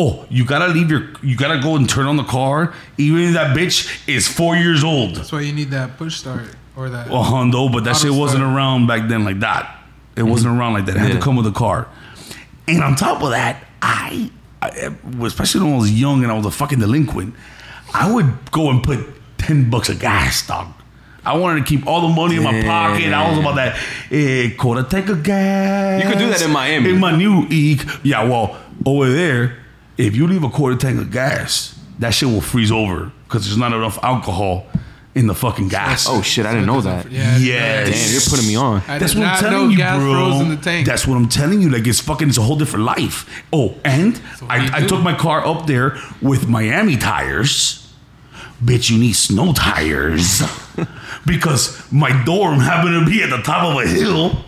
Oh, you gotta leave your, you gotta go and turn on the car, even if that bitch is four years old That's why you need that push start or that. a Hondo, but that Auto shit wasn't start. around back then like that. It wasn't around like that. It had Mm-hmm. Yeah. to come with a car. And on top of that, I, I, especially when I was young and I was a fucking delinquent, I would go and put 10 bucks of gas, dog. I wanted to keep all the money in my pocket. I was about that eh, quarter tank of gas. You could do that in Miami. In my new eek. Yeah, well, over there, if you leave a quarter tank of gas, that shit will freeze over because there's not enough alcohol in the fucking gas. Oh shit, I didn't know that. Yeah. Yes. Damn, you're putting me on. I That's did what I'm not telling know you, gas bro. froze in the tank. That's what I'm telling you. Like it's fucking, it's a whole different life. Oh, and what you I, I do. took my car up there with Miami tires. Bitch, you need snow <laughs> tires because my dorm happened to be at the top of a hill.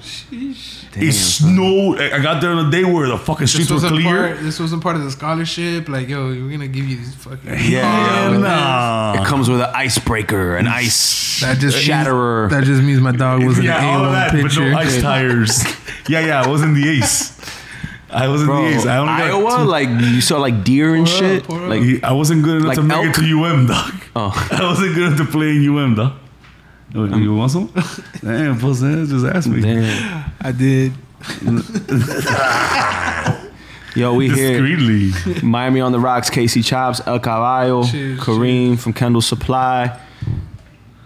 it snowed. I I got there on a day where the fucking This streets were wasn't, clear. part, this wasn't part of the scholarship. Like, yo, we're gonna give you these fucking. Yeah, Hell yeah. nah. It comes with an icebreaker, an ice That just means- shatterer. that just means my dog was an <laughs> yeah, all of A1 that, pitcher. but no ice tires. yeah, yeah, I wasn't the ace. I wasn't Bro, the ace. I only got Iowa, two- like you saw like deer and Pour up, shit. pour up. like He- I wasn't good enough Like to make elk? it to UM, dog. Oh. <laughs> Um. I wasn't good enough to play in UM, dog. Oh, you <laughs> want some? Damn, puss ass, just ask me. damn. I did. Yo, we here. Discreetly. Miami on the Rocks, Casey Chops, El Caballo, Cheers, Kareem from Kendall Supply.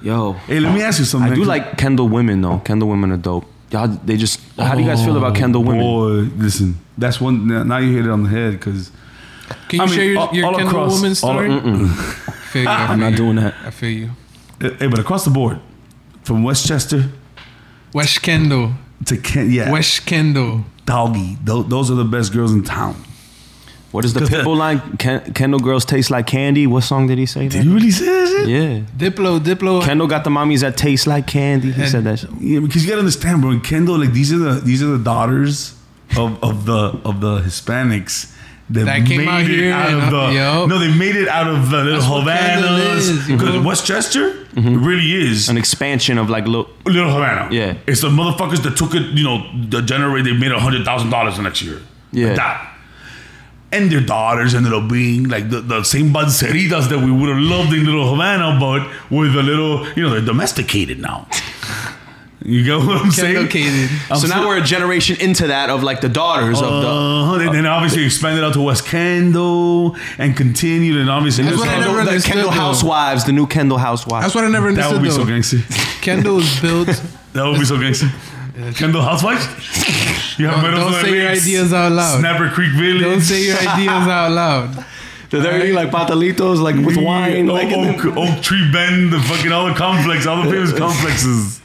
Yo, Hey, let me ask you something. I do like Kendall women though. Kendall women are dope. Y'all, they just. How do you guys feel about Kendall women? Oh, Boy, listen, that's one. Now now you hit it on the head because Can you I mean, share your, all- your all Kendall across- woman all- story? feel you, I <laughs> I'm not feel you. doing that. I feel you. Uh, hey, but across the board, from Westchester West Kendall. to Kent, yeah, West Kendall. doggy. Tho- those are the best girls in town. What is the 'Cause- Pitbull line? Ken- Kendall girls taste like candy. What song did he say? Did That? you really say that shit? Yeah. Diplo, Diplo. Kendall got the mommies that taste like candy. He said that. shit. Yeah, because you gotta understand, bro. in Kendall, like these are the these are the daughters of, of the of the Hispanics that, That came made out it here out and, of uh, the yo. no, they made it out of the little That's what Kendall Havanas is, you because know? Westchester it really is An expansion of like, look, Little Havana. Yeah. it's the motherfuckers that took it. You know, the generate they made a hundred thousand dollars the next year. Yeah. Like that. And their daughters ended up being like the, the same banceritas that we would have loved in Little Havana, but with a little, you know, they're domesticated now. You get what I'm saying? Located. I'm so now so- we're a generation into that of like the daughters of the. Uh-huh. And then obviously expanded out to West Kendall and continued and obviously That's what I Kendall, never the understood, Kendall though. housewives, the new Kendall housewives. That's what I never that would understood be though. so gangster. Kendall is built. <laughs> That would be so gangster. Kendall Housewives? You have Don't- medals don't on say the your legs. ideas out loud. Snapper Creek Village. Don't say <laughs> your ideas out loud. They're eating like patalitos, like with wine. Oh, like in oak, the- oak Tree Bend, the fucking all the complex, all the <laughs> famous complexes.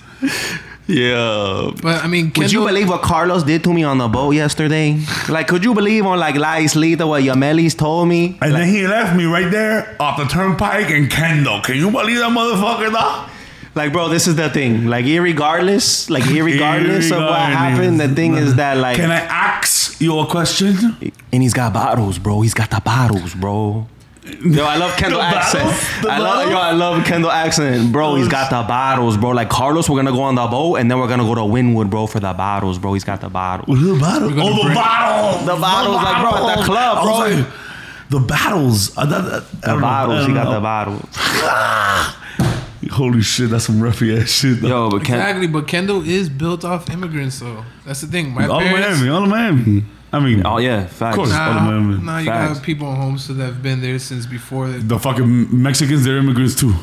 yeah. But I mean, Could you Kendall, believe what Carlos did to me on the boat yesterday? Like, could you believe on like La Islita what Yamelis told me? And then he left me right there off the turnpike and Kendall. Can you believe that motherfucker, dog? Like, bro, this is the thing. Like, irregardless, like irregardless of what Irregardless. happened, the thing is that like, Can I ask you a question? and he's got bottles, bro. He's got the bottles, bro. Yo, I love Kendall <laughs> The accent. bottles? The I love yo, I love Kendall accent, bro. He's got the bottles, bro. Like Carlos, we're gonna go on the boat, and then we're gonna go to Winwood, bro, for the bottles, bro. He's got the bottles. What are the bottle? gonna Oh, the break- bottle. The bottles, like, bro, at the bottles. club, I was bro. like, the battles. I, thought- I, I The don't know. I bottles. He don't got the know. bottles. Holy shit, that's some rough ass shit. dog. Yo, but Ken, exactly. But Kendall is built off immigrants, though. That's the thing. My all of parents. Miami, all of Miami. I mean, oh yeah, facts. course. All of Nah, Miami. nah, you Facts. got people in Homestead that have been there since before. The, the fucking Mexicans, they're immigrants too.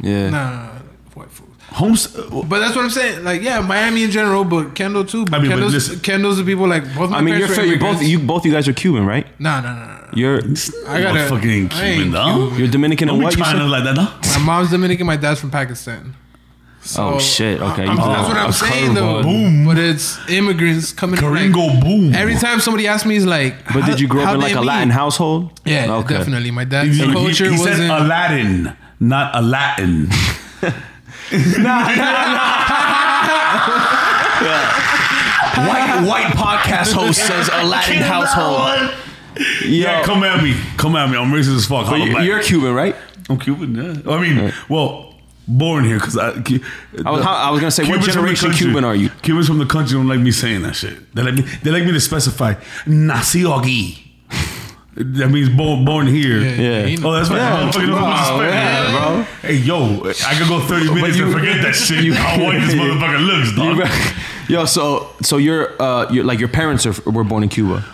Yeah. nah, nah, nah, white folks. Homes. uh, But that's what I'm saying. Like, yeah, Miami in general, but Kendall too. But I mean, but Kendall's, listen- Kendall's the people like both. My I mean, you're parents fair, were you're both immigrants. you both you guys are Cuban, right? Nah, nah, nah, nah. You're I gotta- fucking I ain't Cuban, dog. you're Dominican Don't and be what? You trying to said? like that, dog. My mom's Dominican. My dad's from Pakistan. So, Oh, shit, I- okay, I'm- you threw that's what a I'm saying though. curveball. Boom. But it's immigrants coming. in, like, Gringo boom. Every time somebody asks me, is like, But did you grow up in like a Latin household? Yeah, Okay. <laughs> definitely. My dad's He, he- culture he wasn't. said Aladdin, not <laughs> Aladdin. White white podcast host says a Latin household. <laughs> Yeah, Yo, come at me. Come at me. I'm racist as fuck. but Holla you- back. you're Cuban, right? I'm Cuban, yeah. I mean, well, born here because I. I was, I was gonna say, what generation Cuban are you? Cubans from the country don't like me saying that shit. They like me, they like me to specify nacido aquí. <laughs> That means born born here. Yeah. you know. Oh, that's right. Yeah. Yeah, fucking Bro, yeah, yeah, bro. Hey, yo, I could go 30 minutes you- and forget that shit. you- how <laughs> white this motherfucker looks, dog. Yo, so so you're uh you're like your parents are were born in Cuba.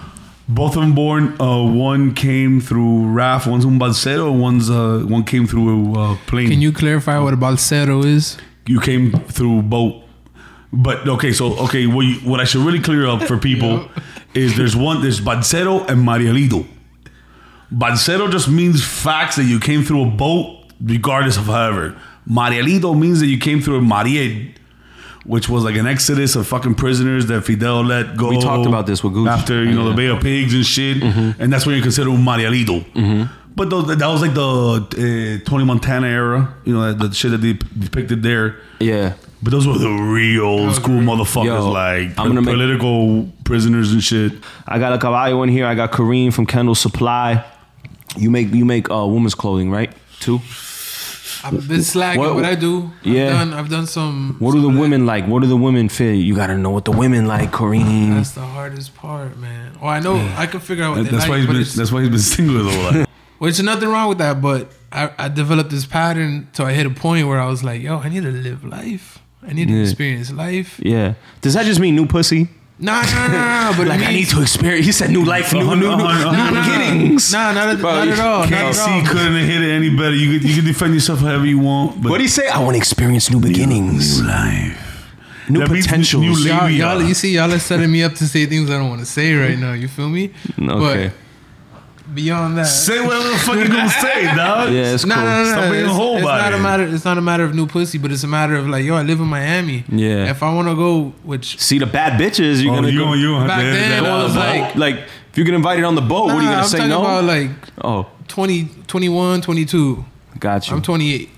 Both of them born. Uh, one came through raft. One's un balsero. One's uh, one came through a uh, plane. Can you clarify what a balsero is? you came through boat. But okay, so okay, what you, what I should really clear up for <laughs> people is there's one there's Bancero and Marielito. Bancero just means facts that you came through a boat, regardless of however. Marielito means that you came through a mariel, which was like an exodus of fucking prisoners that Fidel let go. We talked about this with Gucci. Mm-hmm. after you know the Bay of Pigs and shit, and that's when you consider un Marielito. But those, that was like the uh, Tony Montana era, you know, the, the shit that they depicted there. Yeah. But those were the real old school motherfuckers, Yo, like I'm gonna make- political prisoners and shit. I got a caballo in here. I got Kareem from Kendall Supply. You make you make uh women's clothing, right? Too. I've been slacking, What- but I do. Yeah. I've done, I've done some. What do some the of that. women like? What do the women feel? You gotta know what the women like, Kareem. That's the hardest part, man. Oh, I know. I can figure out what they That's why like, he's but been. it's- That's why he's been single his <laughs> whole life. Which is nothing wrong with that, but I, I developed this pattern till I hit a point where I was like, yo, I need to live life. I need to Yeah. experience life. Yeah. Does that just mean new pussy? Nah, nah, nah, <laughs> nah. But Like me, I need to experience. He said new life, new, new, new, Uh-huh. new Nah, nah, beginnings. Nah, not, at, Bro, not you at all. Not at all. KC couldn't have hit it any better. You could you could defend yourself however you want. But What do you say? I want to experience new beginnings, new life. new, That means potentials. new link. y'all, we y'all, are. you see, y'all are setting me up to say things I don't want to say right now. You feel me? Okay. But beyond that, Say whatever the fuck you <laughs> gonna say, dog. yeah, it's no, cool. no, no, Stop no. being a It's, whole it's body. not a matter. It's not a matter of new pussy, but it's a matter of like, yo, I live in Miami. Yeah. If I want to go, which See the bad bitches, you're Oh, gonna you go, gonna, you gonna have Back to edit then, that I out, was bro. like, like if you get invited on the boat, what are you Nah, gonna I'm say? talking No. about like oh, 20, 21, 22. got you. I'm 28.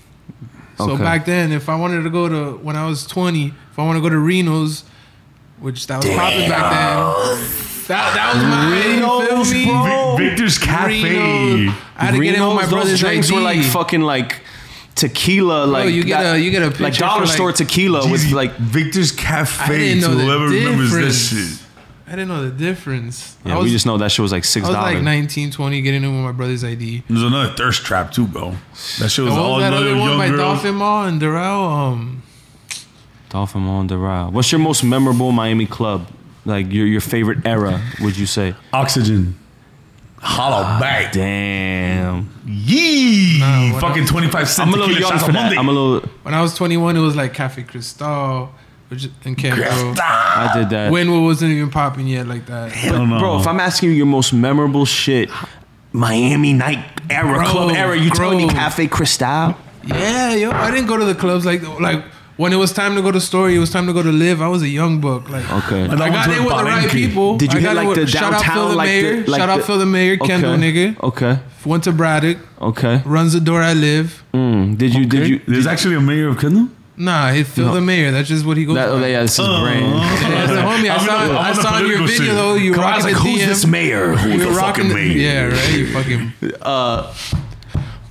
So Okay. back then, if I wanted to go to when I was 20, if I want to go to Reno's, which that was popping back then. That, that was my Reno's, you feel me? bro. Oh. Vic- Victor's Cafe. Reno's. I had to get in with my Reno's, those brother's drinks ID. were like fucking like tequila, like you get that- a- you get a picture like for, dollar like- store tequila Uh, with Jeezy, like Victor's I Cafe didn't to know the whoever remembers this difference. shit. I didn't know the difference. yeah, I was, we just know that shit was like six I was like dollars. 19, 20, getting in with my brother's ID. There's another thirst trap too, bro. That shit was And what all was that another other young one by girls. Dolphin Mall and Doral? Um, Dolphin on the ride. What's your most memorable Miami club? Like your your favorite era? Would you say? Oxygen. Hollow back. Damn, Yee. Nah, what Fucking else? 25 cents. I'm a little tequila young shots for a that. Monday. I'm a little. when I was 21, it was like Cafe Cristal, which in Campbell. Cresta. I did that. When wasn't even popping yet like that. Hell no. Bro, if I'm asking you your most memorable shit, Miami night era, Grove, club era, you telling me Grove. Cafe Cristal? Yeah, yo, I didn't go to the clubs like like when it was time to go to Story, it was time to go to Live. I was a young buck. Like Okay. And I went got to in with the right Palenque. people. Did you Oh, I hit got in like the with- Shout out Phil downtown, the like Mayor. the like shout out Phil the Mayor, Kendall nigga. Okay, Went to Braddock, okay. runs the door I Live. Mm, did you did you? There's actually a mayor of Kendall? Nah, it's Phil the Mayor. That's just what he goes. That, oh, by. yeah, this is Uh-huh. brand. Yeah, that's the homie. I I'm saw, gonna- I I'm gonna saw in your political video shit. though. You Come on, I was rocking like, the who's DM. this mayor? Who's you the fucking the, mayor? Yeah, right. You <laughs> fucking. Did,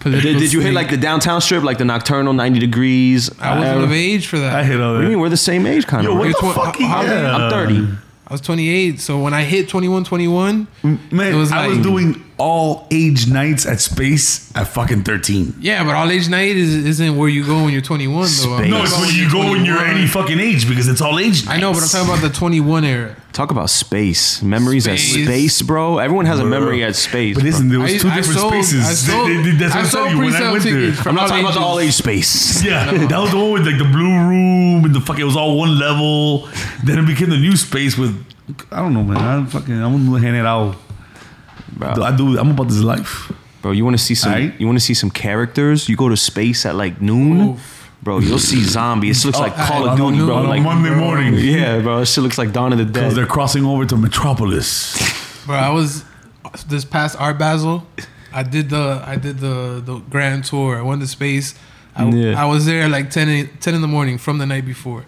Political Uh, did you hit snake. like uh, the downtown strip, like the nocturnal, ninety degrees? I wasn't of age for that. I hit all What do you mean that. we're the same age, kind Yo, of? what Right? the Tw- fuck? how- Yeah. I'm thirty. I was 28, so when I hit 21, 21, Mm, Man, It was I was like- doing all age nights at space at fucking 13. yeah, but all age night is, isn't where you go when you're 21, though. No, I'm talking it's about when you go when you're 21. any fucking age because it's all age I know, but I'm nights. talking about the 21 era. Talk about space, memories at Space. space, bro. Everyone has a Bro. memory at space. But bro. listen, there was I- two I different sold- spaces. I sold- They- they- that's I what I'm sold telling you. When I pre-sale went there, tickets for I'm not talking about the ages. all age space. Yeah, that was the one with like the blue room and the fucking. It was all one level. Then it became the new space with. I don't know, man. I'm fucking. I'm gonna hand it out. Bro. I do. I'm about this life. Bro, you want to see some? Aight. You want to see some characters? You go to space at like noon, bro. You'll see zombie. This Oh, looks like Call on of Duty, noon- bro. on a Like Monday morning. yeah, bro. This shit looks like Dawn of the Because Dead. they're crossing over to Metropolis. Bro, I was this past Art Basel. I did the I did the the grand tour. I won the space. I, Yeah. I was there like 10, in- 10 in the morning from the night before.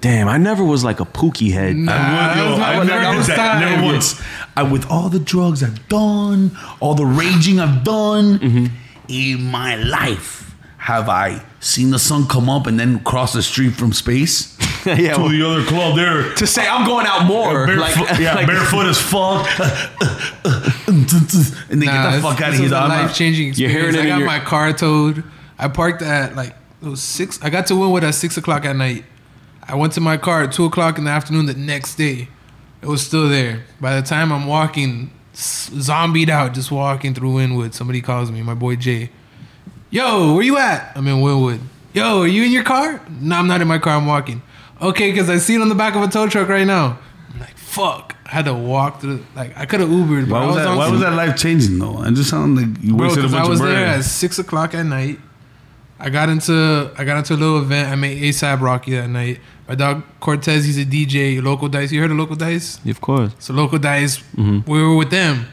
Damn, I never was like a pookie head. Nah, I Ah, that would, was yo, my- I that never did was that. time. Never once. I, with all the drugs I've done, all the raging I've done in my life, have I seen the sun come up and then cross the street from space yeah, to well, the other club there? to say I'm going out more, like, <laughs> <laughs> Barefoot, yeah, like- barefoot as fuck. <laughs> and then Nah, get the this- fuck out of this here. was a dog. I'm life not- changing You're hearing experience. it I in got your- my car towed. I parked at like it was six. I got to Winwood at six o'clock at night. I went to my car at two o'clock in the afternoon the next day. It was still there. By the time I'm walking, s- zombied out, just walking through Winwood, somebody calls me. My boy Jay. Yo, where you at? I'm in Winwood. Yo, are you in your car? No, I'm not in my car. I'm walking. Okay, because I see it on the back of a tow truck right now. I'm like, fuck. I had to walk through. Like, I could have Ubered, but Why I was, was that, on why some was that life changing though? It just sounded like you Bro, wasted a 'cause bunch I was of there at bread. six o'clock at night. I got into I got into a little event. I made ASAP Rocky that night. My dog Cortez, he's a DJ, local dice. You heard of local dice? of course. So local dice, Mm-hmm. we were with them.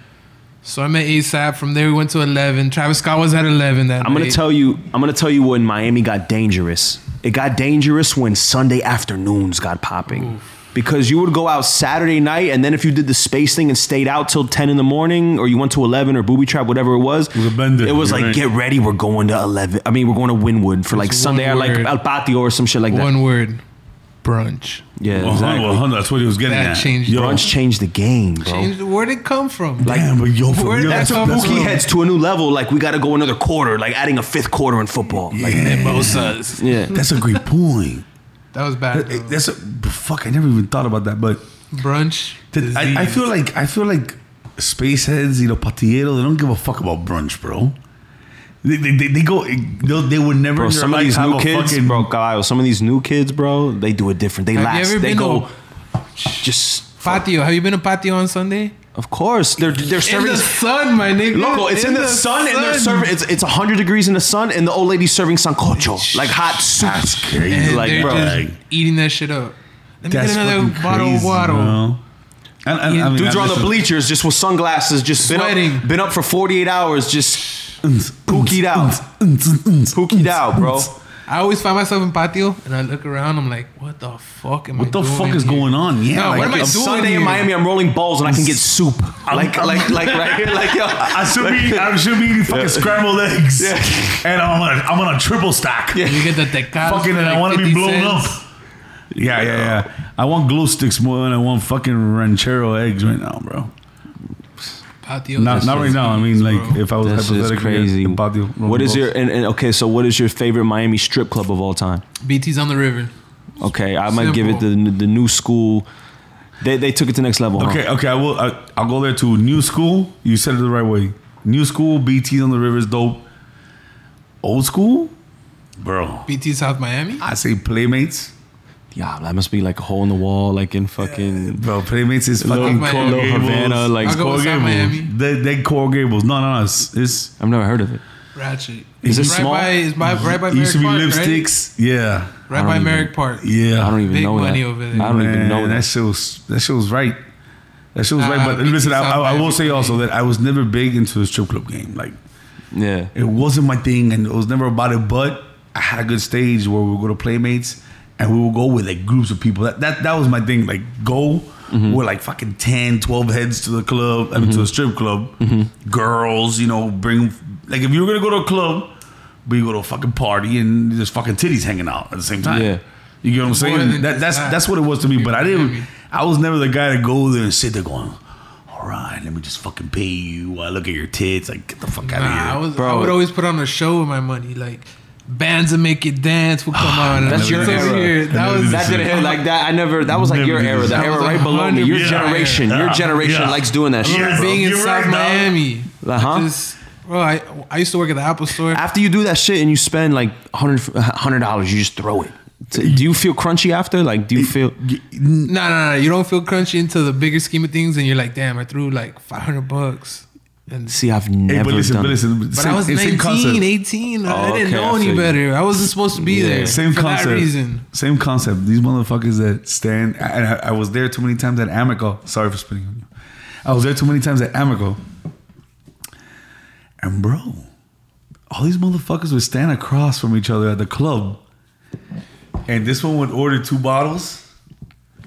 So I met ASAP. From there, we went to eleven. Travis Scott was at eleven that I'm gonna night. tell you. I'm gonna tell you when Miami got dangerous. It got dangerous when Sunday afternoons got popping. Because you would go out Saturday night, and then if you did the space thing and stayed out till ten in the morning, or you went to eleven or booby trap, whatever it was, it was a bender, It was you're like right. get ready, we're going to eleven. I mean, we're going to Winwood for like It's Sunday one at like word. El Patio or some shit like that. One word, brunch. Yeah, Well, exactly. well, hun, that's what he was getting That at. changed Yo, the Brunch changed the game, bro. Changed- Where'd it come from? damn, but yo, for Where real, did that that's, come that's from? He what- heads to a new level. Like we got to go another quarter. Like adding a fifth quarter in football. Like Mimosas. yeah. that's a great point. That was bad. Hey, though. That's a, fuck. I never even thought about that, but brunch. I, I feel like I feel like spaceheads, you know, patillero, they don't give a fuck about brunch, bro. They, they, they, they go they'll, they would never Bro, in their some of life these have new a kids, fucking- bro, Kyle, some of these new kids, bro, they do it different. They Have you lax. ever They been go to just patio. Have you been to patio on Sunday? of course. They're they're In serving the sun, my nigga. Loco, it's in, the, sun, and they're sun. serving. It's it's hundred degrees in the sun, and the old lady's serving sancocho, like hot soup. That's crazy. And like, they're bro, just like- eating that shit up. Let me That's get another fucking bottle of crazy, water. bro. And, and, I mean, Dudes I are on the listen- bleachers, just with sunglasses, just been Sweating. up, been up for forty eight hours, just pookied out, pookied out, <laughs> bro. I always find myself in patio and I look around. I'm like, what the fuck am I What the doing fuck is here? going on? Yeah, No, what am I On doing Sunday in here? Miami, I'm rolling balls and I can get soup, like like like right here, like <laughs> yo. I should be I should be eating <laughs> fucking scrambled eggs, and I'm on a, I'm on a triple stack. You get the tecados. fucking, for and I like want to be 50 blown cents. up. Yeah, yeah, yeah. I want glow sticks more than I want fucking ranchero eggs right now, bro. Patio. Not, that not shit's right now. I mean, crazy, like bro. if I was That shit's hypothetically crazy. in patio, What is your and, and okay? So what is your favorite Miami strip club of all time? BT's on the river. Okay, I might give it the the new school. They they took it to next Oh. level. huh? Okay, okay. I will. I, I'll go there too. New school. You said it the right way. New school. BT's on the river is dope. Old school, bro. BT South Miami. I say playmates, Yeah, that must be like a hole in the wall, like in fucking bro. Playmates is fucking Miami. Coral Little Gables. Havana, like- I'll go Coral with South Gables. Miami. They, they Coral Gables. No, no, no. It's, it's I've never heard of it. Ratchet. Is it right small? By, it's by, right by it used Merrick to be Park. lipsticks. Yeah, Right, right I by don't Merrick Park. yeah. I don't even Big know money that. over there. I don't even know Man, that. that shit was that shit was right. That shit was Nah, right. But BT listen, I, Ah, South I, I will say Miami. also that I was never big into the strip club game. Like yeah. it wasn't my thing, and it was never about it. But I had a good stage where we would go to playmates, and we would go with like groups of people. That that that was my thing. Like go. with like fucking 10, 12 heads to the club, I mean, to the strip club. Girls, you know, bring, like, if you were gonna go to a club, but you go to a fucking party and there's fucking titties hanging out at the same time. Yeah. You get what I'm More saying? than That, that's that. that's what it was to me. But I Maybe. didn't. I was never the guy to go there and sit there going, "All right, let me just fucking pay you." while I look at your tits. Like get the fuck out Nah, I, of here. was, I Bro. would always put on a show with my money. Like, bands that make you dance <sighs> will come on. and That's I'm your like, it's era. over here. That was That didn't hit like that. I never. That was like your Never era, did the that. era That was right like below me. Your 100% generation, yeah. your generation Yeah. likes doing that Yeah. shit. Yes. bro. being in You're South right, dog. Miami. Uh-huh. Just, bro, I, I used to work at the Apple store. After you do that shit and you spend like hundred dollars, you just throw it. Do you feel crunchy after? Like, do you feel? No, no, no. You don't feel crunchy into the bigger scheme of things, and you're like, damn, I threw like 500 bucks. And, See, I've Hey, never but listen, done. but listen. but I was 19, 18. Oh, I okay, didn't I know feel any you. better. I wasn't supposed to be there. Same for concept. that reason. Same concept. These motherfuckers that stand. And I, I was there too many times at Amico. Sorry for spitting on you. I was there too many times at Amico. And bro, all these motherfuckers would stand across from each other at the club. And this one would order two bottles,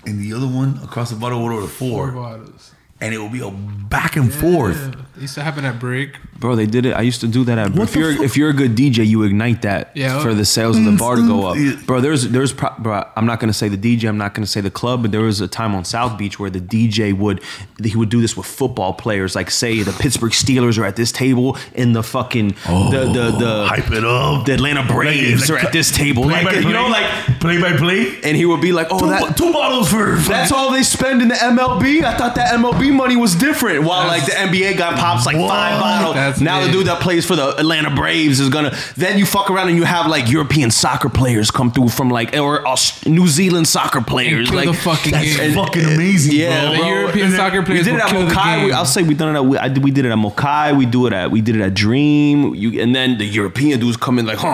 and the other one across the bottle would order Four four. bottles. And it would be a back and forth. Yeah. It used to happen at break. Bro, they did it. I used to do that. At, What if the you're fuck? if you're a good DJ, you ignite that Yeah. for the sales of the bar to go Yeah. up. Bro, there's there's pro- bro. I'm not gonna say the DJ. I'm not gonna say the club. But there was a time on South Beach where the DJ would he would do this with football players. Like say the Pittsburgh Steelers are at this table, and the fucking the the the. Oh, hype it up. the Atlanta Braves are at this table, Play like by you play, know, like, play by play. and he would be like, "Oh, Two, that, two bottles for. for- that's all they spend in the MLB. I thought that MLB money was different. While like the NBA guy pops like What? five bottles. That's now the big. dude that plays for the Atlanta Braves is gonna. Then you fuck around and you have like European soccer players come through from like or Aus- New Zealand soccer players. kill like the fucking that's- game. fucking amazing, Yeah, bro. The bro. European and then- soccer We players did it will at kill the Mokai. game. We, I'll say we done it at we, I did, we did it at Mokai. We do it at we did it at Dream. You and then the European dudes come in like, huh,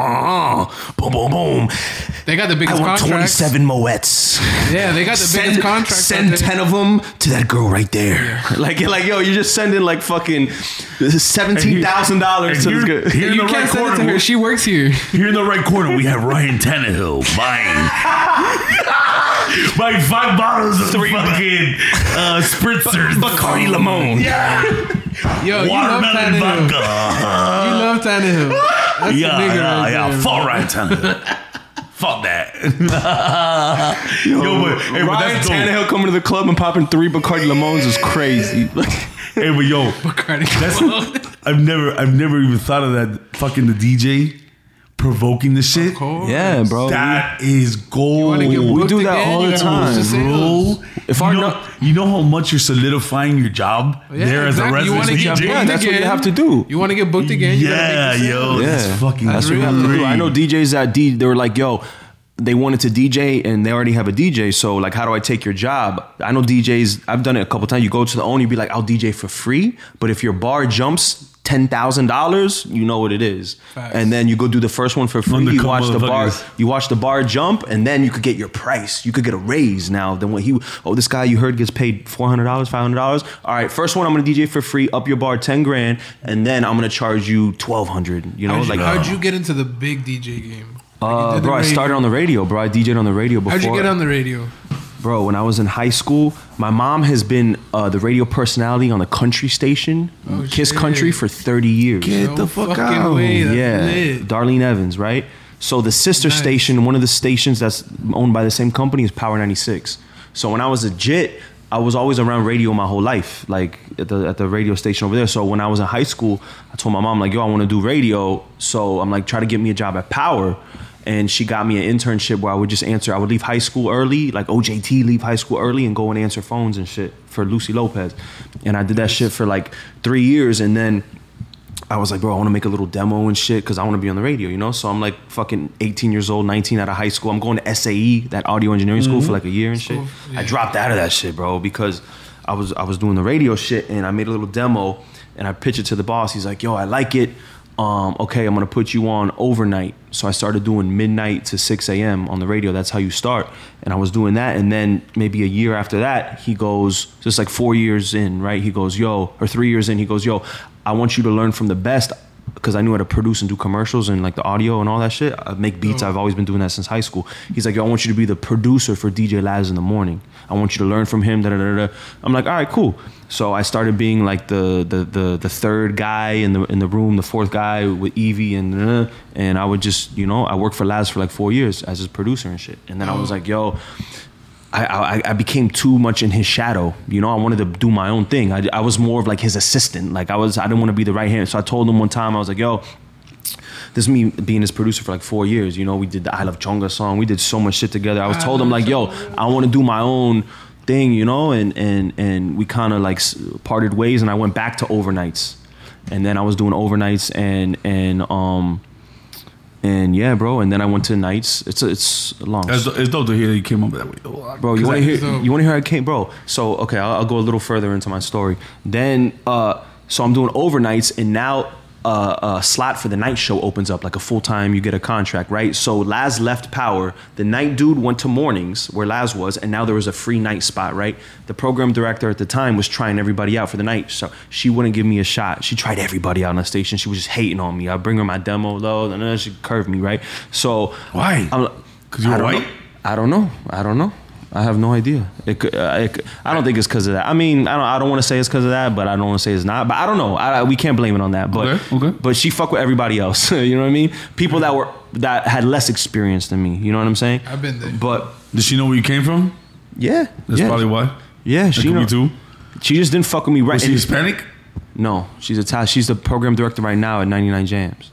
huh, boom, boom, boom. They got the biggest I want twenty contracts. seven moets. Yeah, they got the biggest contracts. Send out there. ten of them to that girl right there. <laughs> Like, like, yo, you're just sending like fucking seventeen thousand dollars to this here- girl. here in You the can't right send it corner. to her. She works here. Here in the right corner, we have Ryan Tannehill <laughs> buying. <laughs> buying five bottles of Three fucking uh, spritzers. <laughs> Bacardi Limon. Yo, you love Watermelon Tannehill. You vodka. love Tannehill. That's a yeah, nigga yeah, right yeah. there, Fuck <laughs> Ryan Tannehill. Fuck that. Yo, but, hey, but Ryan that's dope. Tannehill coming to the club and popping three Bacardi Limons is crazy. <laughs> <laughs> Hey, but yo, Cardi- That's I've never I've never even thought of that fucking the DJ provoking the shit. Cold. Yeah, bro. That is gold. wanna get we booked do that again, all you the gotta boost time, the sales. Bro, If you, our know, nu- you know how much you're solidifying your job Oh, Oh, Yeah, there exactly. as You a wanna resident get DJ. yeah, booked that's what you again. have to do. You want to get booked again? You gotta yeah, make the sale. yo, that's fucking. That's what you have to do. great. I know DJs that D, they were like, yo, they wanted to DJ and they already have a DJ. So like, how do I take your job? I know DJs. I've done it a couple times. You go to the owner, you be like, I'll DJ for free, but if your bar jumps. Ten thousand dollars, you know what it is, Facts. and then you go do the first one for free. you Undercover watch the bar, motherfuckers. you watch the bar jump, and then you could get your price. You could get a raise now than what he. Oh, this guy you heard gets paid four hundred dollars, five hundred dollars. All right, first one I'm gonna DJ for free, up your bar ten grand, and then I'm gonna charge you twelve hundred. You know, How'd you, like how'd you get into the big DJ game? Like, you uh, did the bro, I radio. started on the radio, bro. I DJ'd on the radio before. How'd you get on the radio? Bro, when I was in high school, my mom has been uh, the radio personality on the country station, Oh, Kiss shit. Country, for 30 years. Get the fuck fucking out. Way, that's Oh, yeah, lit. Darlene Evans, right? So the sister Nice. station, one of the stations that's owned by the same company, is Power 96. So when I was a JIT, I was always around radio my whole life, like at the at the radio station over there. So when I was in high school, I told my mom like, "Yo, I want to do radio." So I'm like, try to get me a job at Power. And she got me an internship where I would just answer. I would leave high school early, like OJT, leave high school early and go and answer phones and shit for Lucy Lopez. And I did that shit for like three years. And then I was like, bro, I want to make a little demo and shit because I want to be on the radio, you know? So I'm like fucking 18 years old, 19 out of high school. I'm going to SAE, that audio engineering school, for like a year and shit. Mm-hmm. School, yeah. I dropped out of that shit, bro, because I was I was doing the radio shit and I made a little demo and I pitched it to the boss. He's like, yo, I like it. Um, okay, I'm gonna put you on overnight. So I started doing midnight to 6 a.m. on the radio. That's how you start. And I was doing that. And then maybe a year after that, he goes, just like four years in, right? He goes, yo, or three years in, he goes, yo, I want you to learn from the best because I knew how to produce and do commercials and like the audio and all that shit. I make beats. I've always been doing that since high school. He's like, yo, I want you to be the producer for DJ Labs in the morning. I want you to learn from him. Da da da da. I'm like, all right, cool. So I started being like the the the, the third guy in the in the room, the fourth guy with Evie and da, da, da. and I would just you know I worked for Labs for like four years as his producer and shit. And then I was like, yo, I, I, I became too much in his shadow. You know, I wanted to do my own thing. I, I was more of like his assistant. Like I was, I didn't want to be the right hand. So I told him one time, I was like, yo, this is me being his producer for like four years. You know, we did the I Love Chonga song. We did so much shit together. I was I told him Love like, yo, I want to do my own thing, you know, and and and we kind of like s- parted ways, and I went back to overnights, and then I was doing overnights, and and um, and yeah, bro, and then I went to nights. It's a, it's a long. That's, it's dope to hear you came up that Oh, way, Bro, you want to I- hear? so- you want to hear? how I came, bro. So okay, I'll, I'll go a little further into my story. Then, uh, so I'm doing overnights, and now uh, a slot for the night show opens up, like a full time. You get a contract, right? So Laz left Power. The night dude went to mornings where Laz was, and now there was a free night spot, right? The program director at the time was trying everybody out for the night, so she wouldn't give me a shot. She tried everybody out on the station. She was just hating on me. I bring her my demo though, and then she curved me, right? So Why? I'm like, 'Cause you're I don't white? know. I don't know. I don't know. I have no idea. It could, uh, it could, I don't think it's because of that. I mean, I don't. I don't want to say it's because of that, but I don't want to say it's not. But I don't know. I, I- we can't blame it on that. But Okay, okay. but she fucked with everybody else. <laughs> you know what I mean? People that were that had less experience than me. You know what I'm saying? I've been there. But Did she know where you came from? yeah, That's yeah. probably why. yeah. That She could be know, too. She just didn't fuck with me right. Was she and- Hispanic? no, she's a Thai. She's the program director right now at 99 Jams.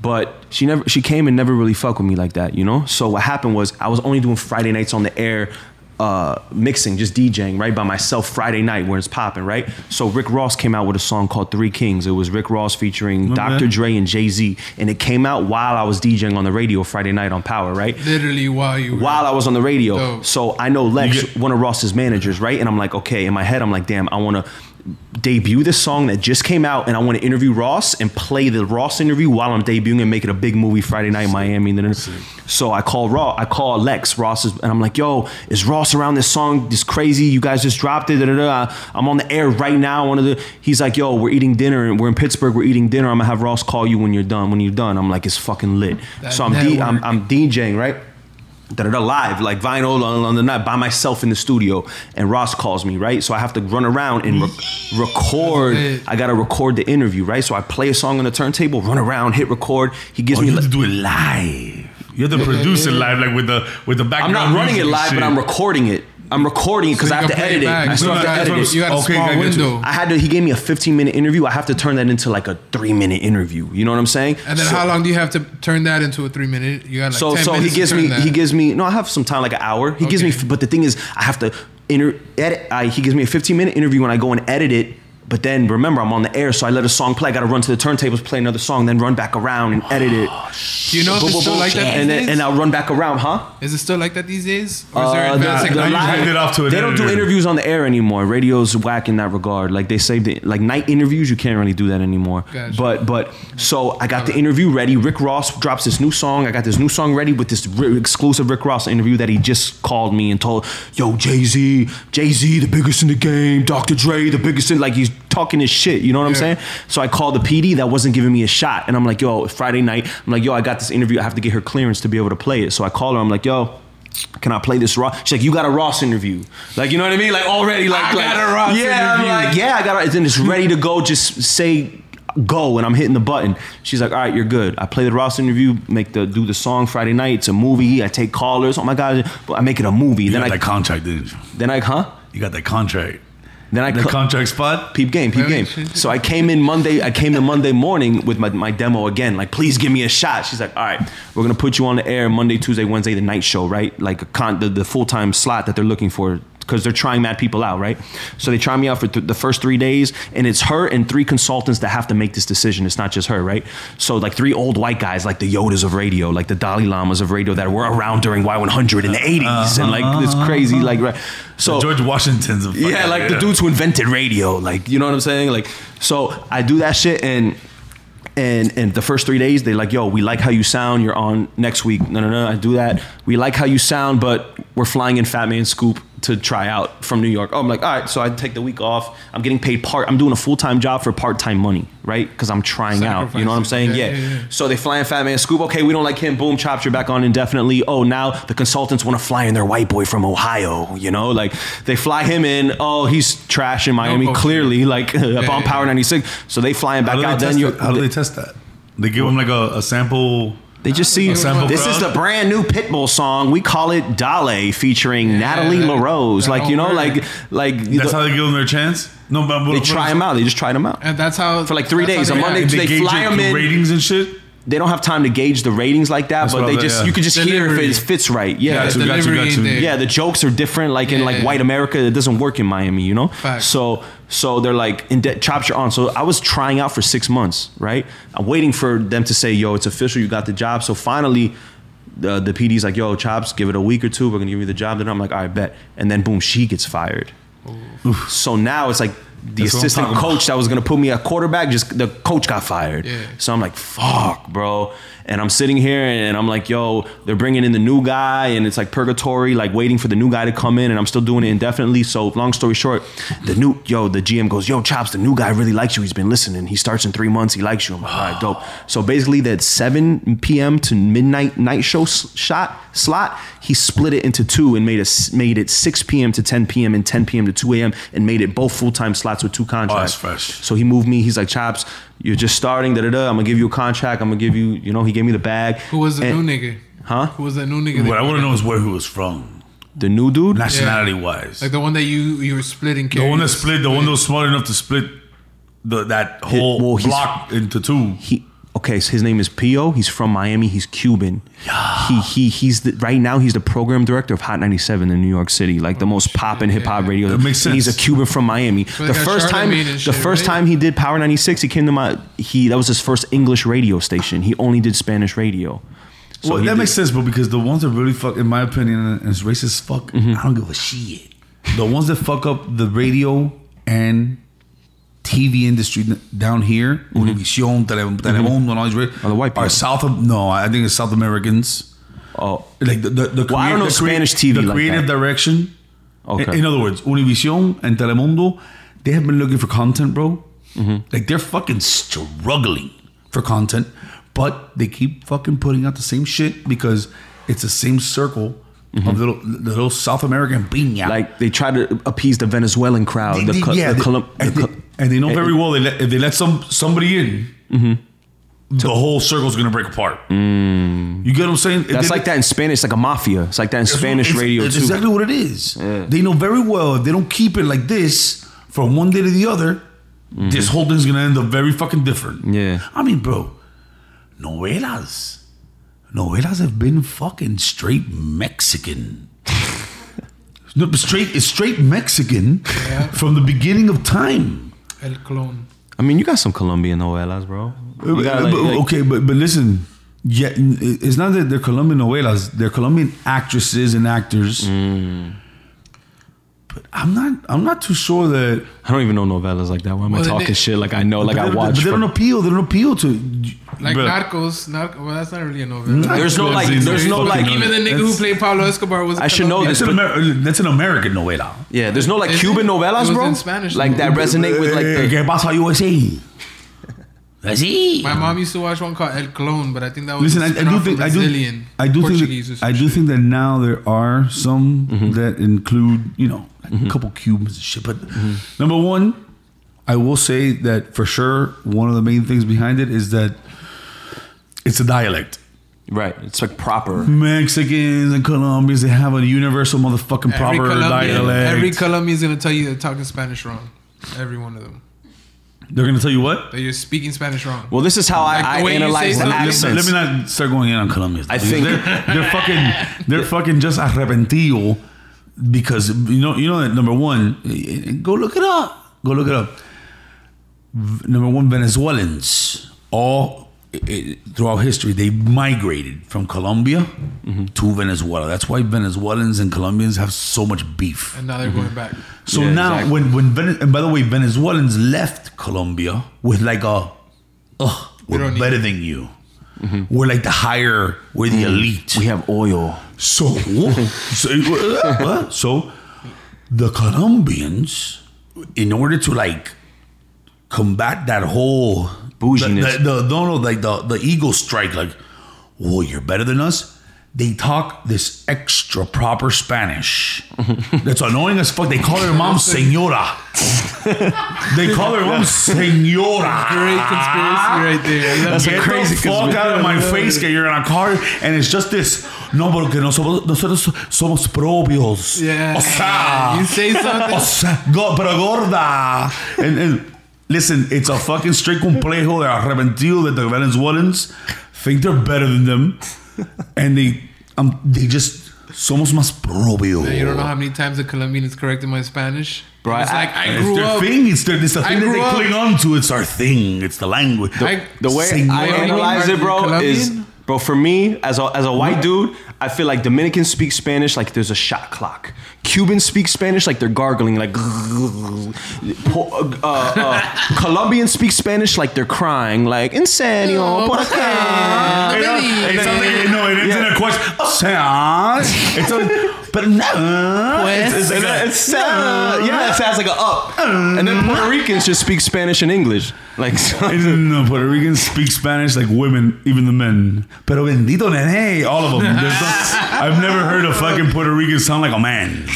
But she never she came and never really fucked with me like that, you know? So what happened was I was only doing Friday nights on the air uh, mixing, just DJing, right, by myself Friday night when it's popping, right? So Rick Ross came out with a song called Three Kings. It was Rick Ross featuring Okay. Dr. Dre and Jay-Z. And it came out while I was DJing on the radio Friday night on Power, right? Literally while you were while I was on the radio. Dope. So I know Lex, You get- one of Ross's managers, right? And I'm like, okay, in my head, I'm like, damn, I want to debut this song that just came out and I want to interview Ross and play the Ross interview while I'm debuting and make it a big movie Friday night in Miami. And then, so I call Ross, I call Lex, Ross is, and I'm like, yo, is Ross around this song? This crazy, you guys just dropped it. Da, da, da. I'm on the air right now. One of the, he's like, yo, we're eating dinner and we're in Pittsburgh, we're eating dinner. I'm gonna have Ross call you when you're done. When you're done, I'm like, it's fucking lit. That so I'm, D, I'm, network. I'm DJing, right? that are live, like vinyl on, on the night by myself in the studio, and Ross calls me, right? So I have to run around and re- record. That's lit. I gotta record the interview, right? So I play a song on the turntable, run around, hit record. He gives Oh, me. you like- have to do it live. You have to produce it live, like with the with the I'm background. not running music it and live, shit. but I'm recording it. I'm recording it because I have to edit it. I still You have to That's edit what it. I'm- got, you got a Okay, I small get you. window. I had to. He gave me a 15 minute interview. I have to turn that into like a three minute interview. You know what I'm saying? And then So- how long do you have to turn that into a three minute? You got like so 10 so he minutes to gives turn me that. he gives me no I have some time like an hour he gives Okay. me but the thing is I have to inter, edit I, he gives me a 15 minute interview and I go and edit it but then remember I'm on the air so I let a song play I got to run to the turntables play another song then run back around and edit <gasps> it Do you know if Boom, it's boom, still boom. like that and these then days? and I'll run back around huh Is it still like that these days? Or is there Uh, advanced the- the technology? you live- hand it off to an they don't do editor. interviews on the air anymore. Radio's whack in that regard. Like they saved it. Like night interviews, you can't really do that anymore. Gotcha. But but so I got the interview ready. Rick Ross drops this new song. I got this new song ready with this ri exclusive Rick Ross interview that he just called me and told, "Yo, Jay Z, Jay Z, the biggest in the game. Dr. Dre, the biggest in like he's talking his shit. You know what I'm Yeah. saying? So I called the PD that wasn't giving me a shot, and I'm like, yo, it's Friday night. I'm like, yo, I got this interview. I have to get her clearance to be able to play it. So I call her. I'm like, yo. Can I play this Ross? She's like, you got a Ross interview, like you know what I mean, like already, like I like, got a Ross yeah, interview. I'm like, yeah, I got it. Then it's ready to go. Just say go, and I'm hitting the button. She's like, all right, you're good. I play the Ross interview, make the do the song Friday night. It's a movie. I take callers. Oh my god, but I make it a movie. You then got I that contract, didn't you? then I huh? You got that contract. Then I <laughs> That cl- contract spot. peep game, peep game. So I came in Monday. I came in Monday morning with my, my demo again. Like, please give me a shot. She's like, all right, we're gonna put you on the air Monday, Tuesday, Wednesday, the night show, right? Like a con the, the full time slot that they're looking for because they're trying mad people out, right? So they try me out for th- the first three days, and it's her and three consultants that have to make this decision. It's not just her, right? So like three old white guys, like the Yodas of radio, like the Dalai Lamas of radio that were around during Y100 in the 80s, and like it's crazy, like right. So George Washington's. a fucking- yeah, like the dudes who invented radio, like you know what I'm saying? Like so I do that shit and and and the first three days they like, yo, we like how you sound, you're on next week. No no no, I do that. We like how you sound, but we're flying in Fat Man Scoop to try out from New York. Oh, I'm like, all right, so I take the week off. I'm getting paid part I'm doing a full time job for part time money, right? Because I'm trying out. You know what I'm saying? Sacrificing. Yeah. Yeah, yeah, yeah. So they fly in Fat Man Scoop. Okay, we don't like him. Boom, chopped. You're back on indefinitely. Oh, now the consultants want to fly in their white boy from Ohio. You know, like they fly him in. Oh, he's trash in Oh, Miami. bullshit. clearly, like <laughs> up on yeah, Power yeah. 96. So they fly him How back do they out. Then test you that? How do they test that? They give them like a, a sample. they just see A sample this crowd? is the brand new Pitbull song. We call it Dale featuring Natalie that- LaRose. that Like you know, whole like word. like That's the- how they give them their chance. No, but they try him out. They just tried him out. And that's how For like three that's days, how they a Monday, act. Tuesday. They gauge fly it him through in. ratings and shit. They don't have time to gauge the ratings like that, That's but what they I was- just yeah. you could just hear if Delivery. it fits right. Yeah, Got the you, got you, delivery got ain't you. there. yeah the jokes are different like in Yeah, like yeah, white yeah. america it doesn't work in miami you know Facts. so so they're like in de- chops are on so i was trying out for six months right i'm waiting for them to say yo it's official you got the job so finally the, the pd's like yo chops give it a week or two we're gonna give you the job then i'm like all right bet and then boom she gets fired so now it's like the That's what I'm assistant talking about. coach that was gonna put me at quarterback just the coach got fired Yeah. so I'm like, fuck, bro. And I'm sitting here and I'm like, yo, they're bringing in the new guy and it's like purgatory, like waiting for the new guy to come in and I'm still doing it indefinitely. So, long story short, the new, yo, the GM goes, yo, Chops, the new guy really likes you. He's been listening. He starts in three months. He likes you. I'm like, all right, dope. So, basically, that 7 p.m. to midnight night show s- shot slot, he split it into two and made, a, s- made it 6 p.m. to 10 p.m. and 10 p.m. to 2 a.m. and made it both full time slots with two contracts. fresh. So he moved me. He's like, Chops, you're just starting. Da da da. I'm gonna give you a contract. I'm gonna give you, you know, he gave me the bag. Who was the And- new nigga? Huh? Who was that new nigga? What I that- want to know is where he was from, The new dude. nationality wise. Like the one that you you were splitting. the one that split, the one that was smart enough to split the that whole well, he's- block into two. He okay. So his name is Pio. He's from Miami. He's Cuban. Yeah. He he he's the, right now. He's the program director of Hot 97 in New York City, like the most pop and hip hop radio. Oh, That makes And he's sense. a Cuban from Miami. they the got first time, Charlamagne and the shit, first right? time he did Power 96, he came to my he. That was his first English radio station. He only did Spanish radio. So well, he that did- makes sense, but because the ones that really fuck, in my opinion, and it's racist as fuck, Mm-hmm. I don't give a shit. The ones that fuck up the radio and TV industry n- down here, Univision, Tele- Televon, and all these, Mm-hmm. Are the white are people. South of no, I think it's South Americans. Oh, Like the the, the Well, I don't know the crea- Spanish TV The like creative that. direction. Okay. In, in other words, Univision and Telemundo, they have been looking for content, bro. Mm-hmm. Like they're fucking struggling for content, but they keep fucking putting out the same shit because it's the same circle of little little South American piña. Mm-hmm. like they try to appease the Venezuelan crowd. They- the, they- co- <laughs> yeah, the eh, they- Colum- the and, they, co- and they know and- very well they let, if they let some somebody in, Mm-hmm. the whole circle's gonna break apart. You get what I'm saying? Mm. That's like that in Spanish, like a mafia. It's like that in Spanish it's, radio it's too. exactly what it is. They know very well if they don't keep it like this from one day to the other, this whole thing's gonna end up very fucking different. Mm-hmm. Yeah. I mean, bro, novelas. Novelas have been fucking straight <laughs> Mexican. no, but straight it's straight Mexican from the beginning of time. El Clone. I mean, you got some Colombian novelas, bro. You got, like- But- like- okay, but but listen, yeah, n- it's not that they're Colombian novelas; they're Colombian actresses and actors. Mm. But I'm not. I'm not too sure that. I don't even know novellas like that. Why am I Well, talking they- shit like I know, like but I they- watch? But they from- don't appeal. They don't appeal to. Like Bro, Narcos. Narco, well, that's not really a novela. There's no, like- there's no, like- Even the nigga who That's- played Pablo Escobar was. a I should know Colombian. That's an, Amer- that's an American novela. yeah, there's no like Is it? Cuban It novellas, was bro. in Spanish. like that resonate with like Eh, the, ¿Qué pasa USA? Así. My mom used to watch one called El Clone, but I think that was Listen, a I, I do spin-off think from I do. Brazilian, I do Portuguese or think that, some I do shit. think that now there are some that include you know a couple Cubans and shit. But number one, I will say that for sure one of the main things behind it is that it's a dialect. right. It's like proper. Mexicans and Colombians they have a universal motherfucking every proper Colombian, dialect. every Colombian is gonna tell you they're talking Spanish wrong. Every one of them. They're gonna tell you what. That you're speaking Spanish wrong. Well, this is how Like the I, I way you analyze say the something. Let me- accents. Let me not start going in on Colombians. I think- they're, they're fucking they're fucking just arrepentido because you know you know that number one eh, eh, go look it up go look it up V- number one Venezuelans all eh, eh, throughout history they migrated from Colombia Mm-hmm. to Venezuela that's why Venezuelans and Colombians have so much beef and now they're going back. so Yeah, now exactly. when when Vene- and by the way Venezuelans left Colombia with like a ugh we're don't need better than you we're like the higher we're the elite we have oil. so, so, <laughs> uh, so the Colombians, in order to like combat that whole Bouginess. the, the, the no, no, like the the ego strike, like, well, you're better than us. They talk this extra proper <laughs> Spanish that's annoying as fuck. They call their mom señora. they call their mom señora. Great Ah. conspiracy right there. I love Get it. the fuck out <laughs> of <laughs> my face que you're in a car and it's just this no porque nosotros, nosotros somos propios Yeah. o sea You say something. o sea go, pero gorda and, and listen it's a fucking straight complejo they're arrepentido that the Venezuelans think they're better than them and they um, they just somos más propios You don't know how many times a Colombian is correcting my Spanish. Bro, it's I- like I, it's grew their up. thing. It's their. It's the thing that grew they up- cling on to. It's our thing. It's the language. I- The way I Señora. analyze it, bro, Colombian? is bro for me as a as a white dude, I feel like Dominicans speak Spanish like there's a shot clock. Cubans speak Spanish like they're gargling, like. <laughs> Po- uh, uh, Colombians speak Spanish like they're crying, like Oh, insanio por acá. You know, Really? it's something, no, it ends in a question. Sounds. It's a, but no. Pues. It's, it's, And then it's, it sounds, yeah, it sounds like a up. And then Puerto Ricans just speak Spanish and English, like. <laughs> so- no, Puerto Ricans speak Spanish like women, even the men. Pero bendito nene, all <laughs> of them. There's no, I've never heard a fucking Puerto Rican sound like a man.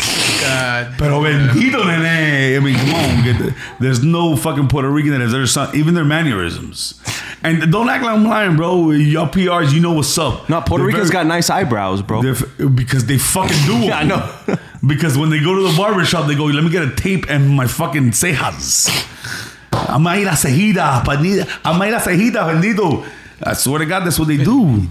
God. Pero bendito nene. I mean, come on. Get the, there's no fucking Puerto Rican that has ever sound, even their mannerisms. And don't act like I'm lying, bro. Y'all PRs, you know what's up. No, Puerto They're Ricans very- got nice eyebrows, bro. They're f- because they fucking do 'em. <laughs> Yeah, I know. because when they go to the barber shop, they go, let me get a tape and my fucking cejas. I'm a ir a cejita, panita. I'm a ir a cejita, bendito. I swear to God, that's what they do.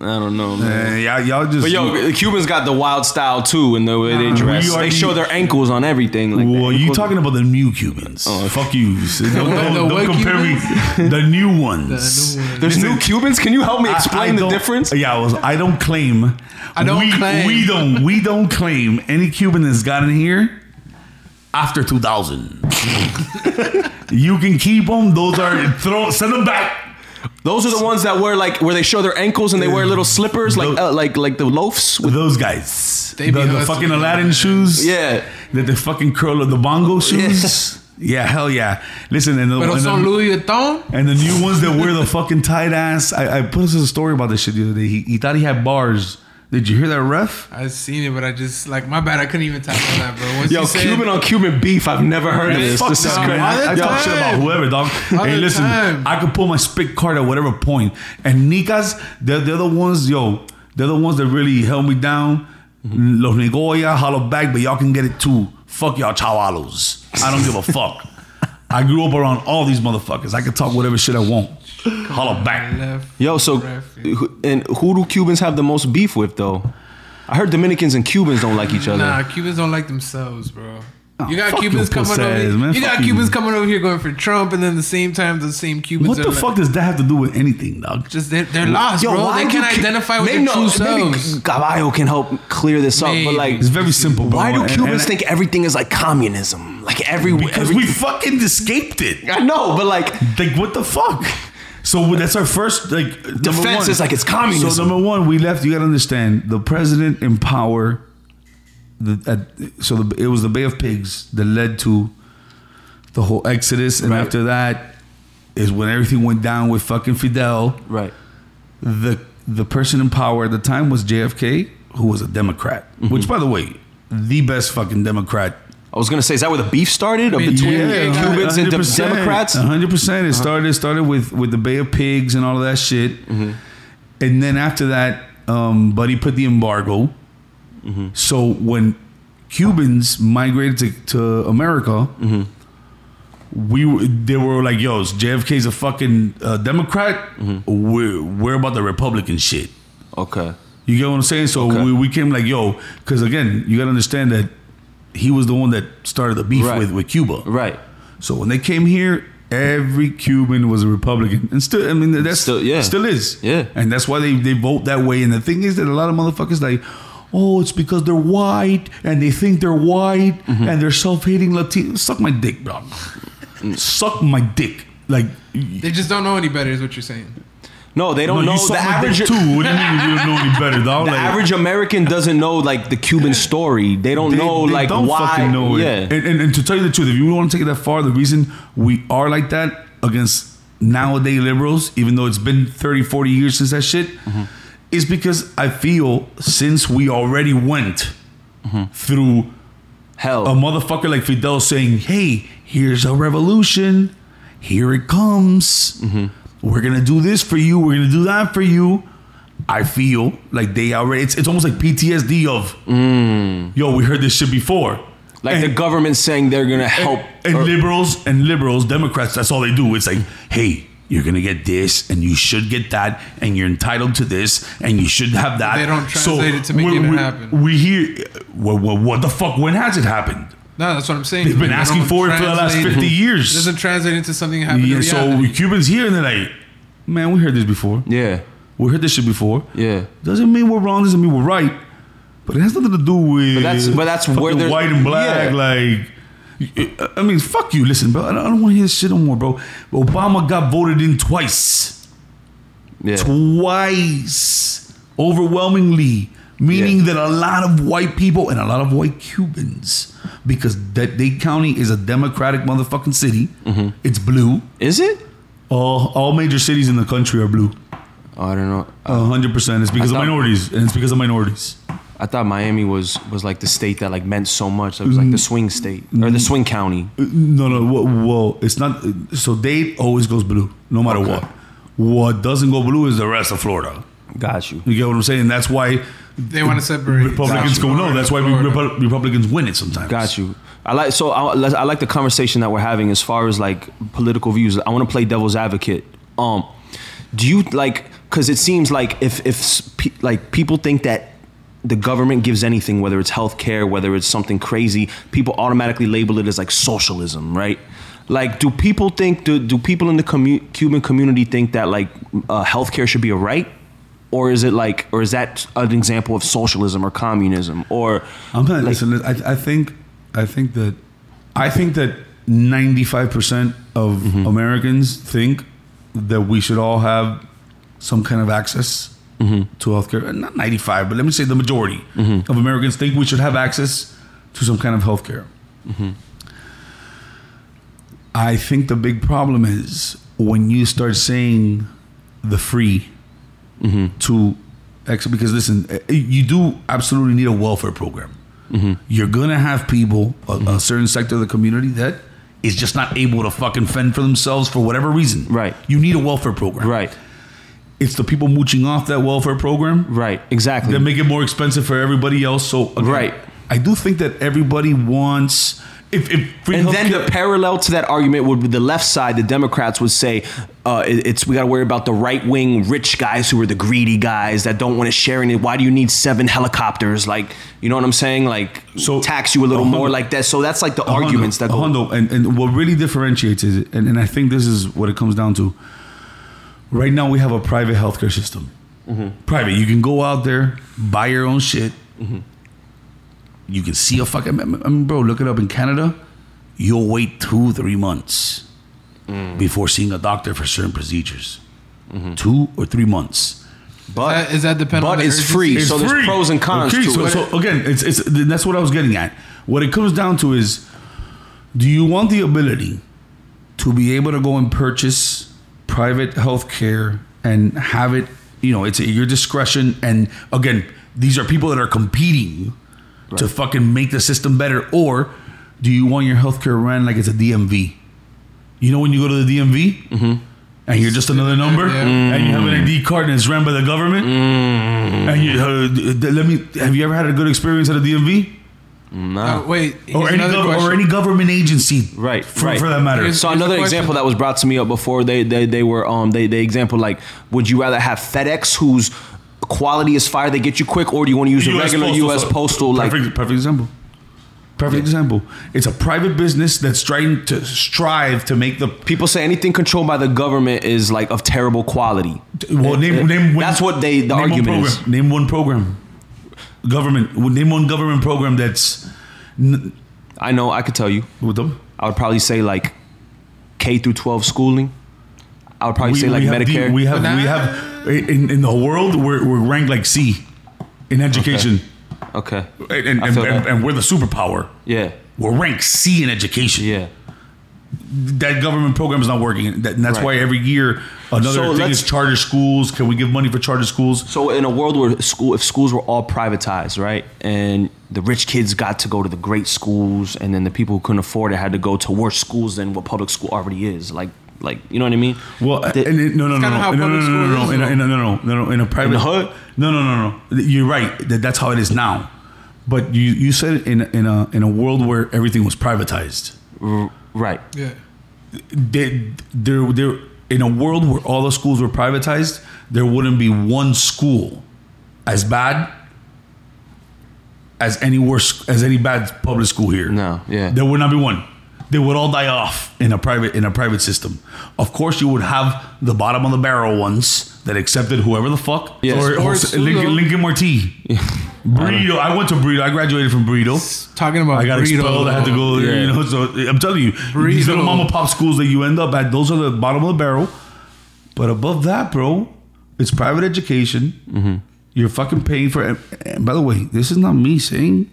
I don't know. Man. Uh, y'all, y'all just. But yo, <laughs> the Cubans got the wild style too in the way they dress. we are They the- show their ankles on everything. Like well, that. you talking about the new Cubans. Oh, Fuck <laughs> you. Don't, don't, the don't what compare me. The new ones. The new ones. There's Listen, new Cubans. Can you help me <laughs> I- explain I the don't- difference? Yeah, I was. I don't claim. I don't we, claim. We don't. We don't claim any Cuban that's gotten here after 2000. <laughs> you can keep them. Those are throw. Send them back. Those are the ones that wear like where they show their ankles and they wear little slippers, like Tho- uh, like like the loafs. With, Those guys. They be the, the hustling, fucking Aladdin man. shoes. Yeah. That the fucking curl of the bongo shoes. Yeah, hell yeah. Listen, and the, Pero and the- son Louis Vuitton. And the new ones that wear the fucking tight ass. I, I put us a story about this shit the other day. He, he thought he had bars Did you hear that ref? I seen it, but I just like my bad. I couldn't even talk about that, bro. Once Yo, you said, Cuban on Cuban beef. I've never heard of this. Fuck This is that, crazy. man. I, I talk Yo, shit about whoever, dog. hey, Other listen, time. I could pull my spit card at whatever point. And Nicas, they're, they're the ones, yo, they're the ones that really held me down. Mm-hmm. Los Negoya, hollow back, but y'all can get it too. Fuck y'all chavalos. I don't <laughs> give a fuck. I grew up around all these motherfuckers. I can talk whatever shit I want. Hollow back. left, Yo, so ref, who- and who do Cubans have the most beef with though? I heard Dominicans and Cubans don't like each other. Oh, Nah, Cubans don't like themselves, bro. You got fuck Cubans your puss coming over. ass, man. You Fuck got you. Cubans coming over here going for Trump, and then the same time the same Cubans. What are the like- fuck does that have to do with anything, dog? Just they're, they're lost, Yo, bro. why They do can't Cu- identify with maybe their true no, maybe selves. Caballo can help clear this up, but Maybe. like It's very simple, bro. Why do And- Cubans and- think everything is like communism? Like every, Because every we fucking escaped it. <laughs> I know, but like Like what the fuck? So that's our first like number Defense one. is like it's communism. So number one, we left. You got to understand the president in power. The, at, so the, it was the Bay of Pigs that led to the whole exodus, and Right. after that is when everything went down with fucking Fidel. right. The the person in power at the time was JFK, who was a Democrat. Mm-hmm. Which, by the way, the best fucking Democrat I was gonna say, is that where the beef started mean, between yeah, Cubans and Dem- 100%, Democrats? Uh-huh. 100%. It started it started with with the Bay of Pigs and all of that shit. Mm-hmm. And then after that, um, Buddy put the embargo. Mm-hmm. So when Cubans migrated to, to America, Mm-hmm. we were, they were like, "Yo, JFK's a fucking uh, Democrat. Mm-hmm. We're, we're about the Republican shit." Okay. You get what I'm saying? So Okay. we, we came like, "Yo," because again, you gotta understand that he was the one that started the beef Right. with with Cuba, Right. so when they came here, every Cuban was a Republican, and still, I mean, that's Still- still, yeah. still is, Yeah. and that's why they they vote that way. And the thing is that a lot of motherfuckers like. Oh, it's because they're white and they think they're white Mm-hmm. and they're self-hating Latino. Suck my dick, bro. Mm. Suck my dick. Like, They just don't know any better, is what you're saying. Oh, No, they don't you know. The suck my average, dick too. What do you mean you don't know any better, dog? the Like, average American doesn't know like the Cuban story. They don't they- know they like don't why. fucking know it. yeah. And, and and to tell you the truth, if you want to take it that far, the reason we are like that against nowadays liberals, even though it's been 30, 40 years since that shit, Mm-hmm. is because I feel since we already went Mm-hmm. through Hell. a motherfucker like Fidel saying, "Hey, here's a revolution. Here it comes. We're gonna do this for you. We're gonna do that for you." I feel like they already. It's, it's almost like PTSD of, "Yo, we heard this shit before." like the and, government saying they're gonna help. and or- liberals and liberals, Democrats. That's all they do. It's like, "Hey." You're gonna get this, and you should get that, and you're entitled to this, and you should have that. They don't translate it to make we- it we- happen. We hear, well, well, what the fuck? When has it happened? No, that's what I'm saying. They've been They asking don't for it for the last translate- 50 years. It doesn't translate into something that happened. Yeah, in so reality. Cubans here and they're like, man, we heard this before. yeah. We heard this shit before. Yeah. Doesn't mean we're wrong, doesn't mean we're right. But it has nothing to do with that's- but that's fucking where there's- white and black, yeah. like I mean, fuck you. Listen, bro, I don't want to hear this shit no more, bro. Obama got voted in twice. Yeah. Twice. Overwhelmingly. Meaning Yeah. that a lot of white people and a lot of white Cubans, because that Dade County is a democratic motherfucking city. Mm-hmm. It's blue. Is it? All all major cities in the country are blue. Oh, I don't know. A hundred percent. It's because I of thought- minorities, and it's because of minorities. I thought Miami was was like the state that like meant so much. It was like the Mm. swing state or the swing county. Uh, No, no. Well, well it's not. So Dade always goes blue, no matter what. What doesn't go blue is the rest of Florida. Got you. You get what I'm saying? That's why they want to separate Republicans go no. That's why we, Repu- Republicans win it sometimes. Got you. I like so I, let's- I like the conversation that we're having as far as like political views. I want to play devil's advocate. Um, do you like? Because it seems like if if s- pe- like people think that the government gives anything, whether it's healthcare, whether it's something crazy, people automatically label it as like socialism, right? Like, do people think do, do people in the commu- Cuban community think that like uh, healthcare should be a right? Or is it like, or is that an example of socialism or communism? Or I'm not, listen, li- I, I think, I think that, I think that 95 percent of Americans think that we should all have some kind of access to healthcare. And Not 95, but let me say the majority of Americans think we should have access to some kind of healthcare. I think the big problem is when you start saying the free to Actually, because listen, eh, you do absolutely need a welfare program. Mm-hmm. You're gonna have people, a, a certain sector of the community that is just not able to fucking fend for themselves for whatever reason. Right. You need a welfare program. Right. It's the people mooching off that welfare program Right. Exactly. that make it more expensive for everybody else. So again, Right. I do think that everybody wants if if free And then healthcare- the parallel to that argument would be the left side. The Democrats would say, uh, it- "It's we got to worry about the right wing rich guys who are the greedy guys that don't want to share any. Why do you need seven helicopters? Like, you know what I'm saying? Like, So- tax you a little a more hundred- like that. So that's like the A hundo, arguments that a go. hundo. and, and what really differentiates is, and, and I think this is what it comes down to. Right now, we have a private healthcare system. Mm-hmm. Private, you can go out there, buy your own shit. You can see a fucking. I mean, bro, look it up in Canada. You'll wait two, three months Mm. before seeing a doctor for certain procedures. Mm-hmm. Two or three months. But Is that dependent on But the it's urgency? free, It's so there's free. pros and cons Okay, to so, it. so again, it's, it's th- that's what I was getting at. What it comes down to is, do you want the ability to be able to go and purchase private health care and have it? You know, it's at your discretion. And again, these are people that are competing to fucking make the system better. Or do you want your healthcare ran like it's a DMV? You know, when you go to the DMV. And you're just another number, Yeah. and you have an ID card, and it's ran by the government. And you, uh, d- d- let me. Have you ever had a good experience at a DMV Uh, wait, or here's any another gov- or question. any government agency, Right, For, right. for that matter, Here's- So the another question. example that was brought to me up before they they, they were um they they example like would you rather have FedEx whose quality is fire they get you quick or do you want to use a regular U.S. Service. postal like perfect, perfect example. Perfect example. It's a private business that's trying to strive to make the people say anything controlled by the government is like of terrible quality. well name name. Eh, That's what they- the name one argument program, is. Name one program. Government. Name one government program that's n- I know I could tell you. with them. I would probably say like K through 12 schooling. I would probably we, say like we have Medicare. D- we have But we nah. have in in the world we're we're ranked like C in education. okay. And, and, I feel and, that. and we're the superpower. Yeah. We're ranked C in education. Yeah. That government program is not working. That, and that's Right. why every year another So thing let's- is charter schools. Can we give money for charter schools? So in a world where school, if schools were all privatized, right, and the rich kids got to go to the great schools, and then the people who couldn't afford it had to go to worse schools than what public school already is, like, like you know what I mean? Well, The- and it, no, no, no, kinda no, how no, no, no, public no, no, school is, in a, though. in a, no, no, no, no, in a private the hood? No, no, no, no. You're right. That, that's how it is now. But you you said it in a- in a in a world where everything was privatized. right. Yeah. they, there, there, in a world where all the schools were privatized, there wouldn't be one school as bad as any worse as any bad public school here. No, yeah. there would not be one. They would all die off in a private in a private system. Of course, you would have the bottom of the barrel ones that accepted whoever the fuck. Yes. or, Or Jose- Lincoln, Sulo. <laughs> Lincoln Marti. Burrito. I went to Burrito. I graduated from Burrito. Talking about Uh, I got burrito. expelled. I had to go. You know, so I'm telling you, these little Burrito. mama pop schools that you end up at, those are the bottom of the barrel. But above that, bro, it's private education. Mm-hmm. You're fucking paying for. And, and by the way, this is not me saying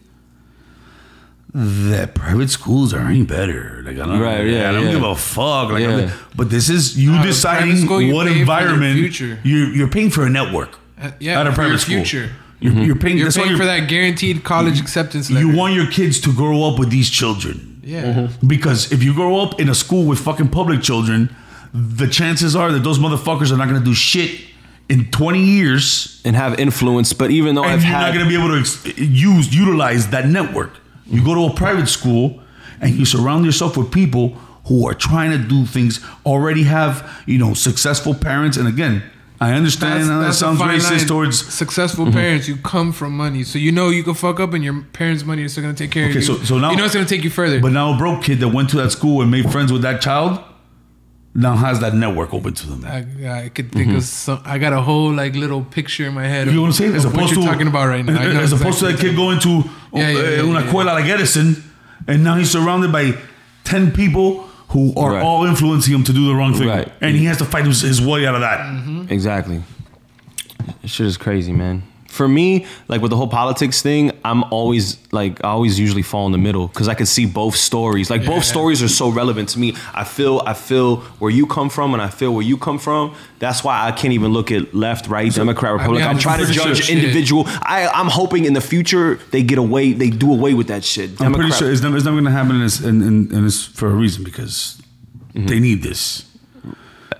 that private schools are any better. Like I don't, Right, yeah, I don't yeah. give a fuck. Like, Yeah. I'm, but this is you private deciding school, you what pay for your environment future. you're you're paying for a network. Uh, yeah, at a for private your school. future. You're, Mm-hmm. you're paying. You're that's why paying you're- for that guaranteed college acceptance letter. You want your kids to grow up with these children. Yeah. Because if you grow up in a school with fucking public children, the chances are that those motherfuckers are not gonna do shit in 20 years, And have influence, but even though and I've you're had, not gonna be able to ex- use utilize that network. You go to a private school, and you surround yourself with people who are trying to do things. Already have you know successful parents, and again, I understand That's, how that that's sounds a fine racist line. towards. Mm-hmm. successful parents. You come from money, so you know you can fuck up, and your parents' money is still gonna take care Okay, of so- you. so now- you know it's gonna take you further. But now a broke kid that went to that school and made friends with that child now has that network open to them. I, I could think of some. I got a whole like little picture in my Mm-hmm. head. You know what of, I'm saying? As of opposed what you're to talking about right now. I know As opposed to that exactly kid what going to Yeah, yeah, uh, yeah, una yeah. escuela like Edison, and now he's surrounded by ten people who are Right. all influencing him to do the wrong thing, Right. and he has to fight his, his way out of that. exactly. This shit is crazy, man. for me, like with the whole politics thing, I'm always like I always usually fall in the middle because I can see both stories. Like Yeah. both stories are so relevant to me. I feel I feel where you come from and I feel where you come from. That's why I can't even look at left, right, Democrat, Republican. yeah, I'm trying to pretty sure judge shit. individual. I I'm hoping in the future they get away, they do away with that shit. I'm pretty Democrat- sure it's never, it's never going to happen, and it's, and, and, and it's for a reason because Mm-hmm. they need this.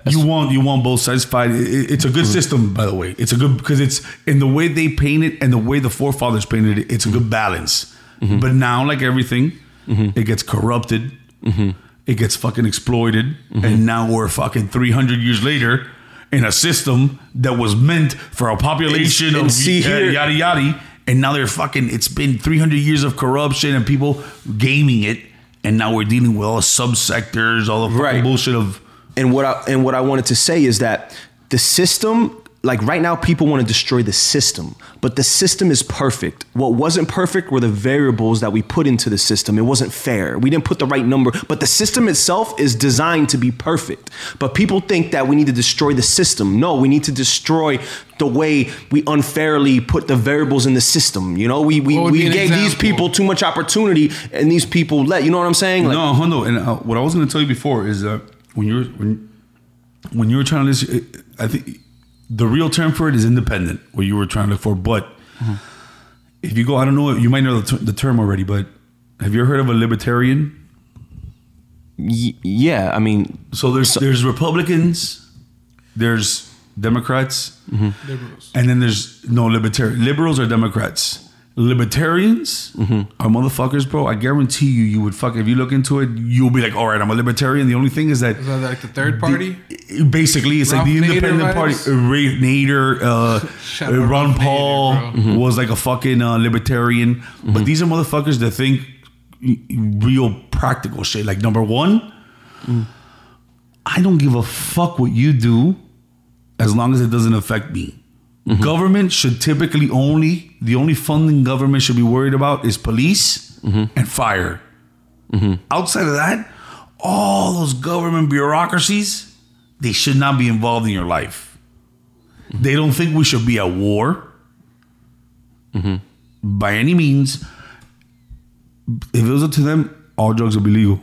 You want you want both sides fight. It- it- it's a Mm-hmm. good system, by the way. It's a good because it's in the way they paint it and the way the forefathers painted it. It's a good balance. Mm-hmm. But now, like everything, it gets corrupted. Mm-hmm. It gets fucking exploited, and now we're fucking 300 years later in a system that was meant for a population And- of and see yada, here- yada yada. And now they're fucking. It's been 300 years of corruption and people gaming it, and now we're dealing with all the subsectors, all the fucking Right. bullshit of. and what I and what I wanted to say is that the system, like right now, people want to destroy the system, but the system is perfect. What wasn't perfect were the variables that we put into the system. It wasn't fair. We didn't put the right number, but the system itself is designed to be perfect. But people think that we need to destroy the system. No, we need to destroy the way we unfairly put the variables in the system. You know, we we, What would be we an gave these example? people too much opportunity, and these people let. You know what I'm saying? Like, no, Hondo. And uh, what I was going to tell you before is that when you're when when you were trying to, listen, uh, I think the real term for it is independent. What you were trying to look for, but Uh-huh. if you go, I don't know, you might know the, ter- the term already, but have you ever heard of a libertarian? y- yeah. I mean, So there's there's Republicans, there's Democrats, Liberals. and then there's no libertarian. Liberals are Democrats. Libertarians are motherfuckers, bro. I guarantee you, you would fuck if you look into it. You'll be like, all right, I'm a libertarian. The only thing is that Is that like the third party? basically it's Ralph like the Nader independent party. vibes? Uh, Ray Nader, uh, Shout uh, out Ron Ralph Nader, Paul bro. Mm-hmm. was like a fucking uh, libertarian. But these are motherfuckers that think y- y- real practical shit. Like number one, I don't give a fuck what you do as long as it doesn't affect me. Mm-hmm. Government should typically only the only funding government should be worried about is police Mm-hmm. and fire. Outside of that, all those government bureaucracies, they should not be involved in your life. They don't think we should be at war by any means. If it was up to them, all drugs would be legal.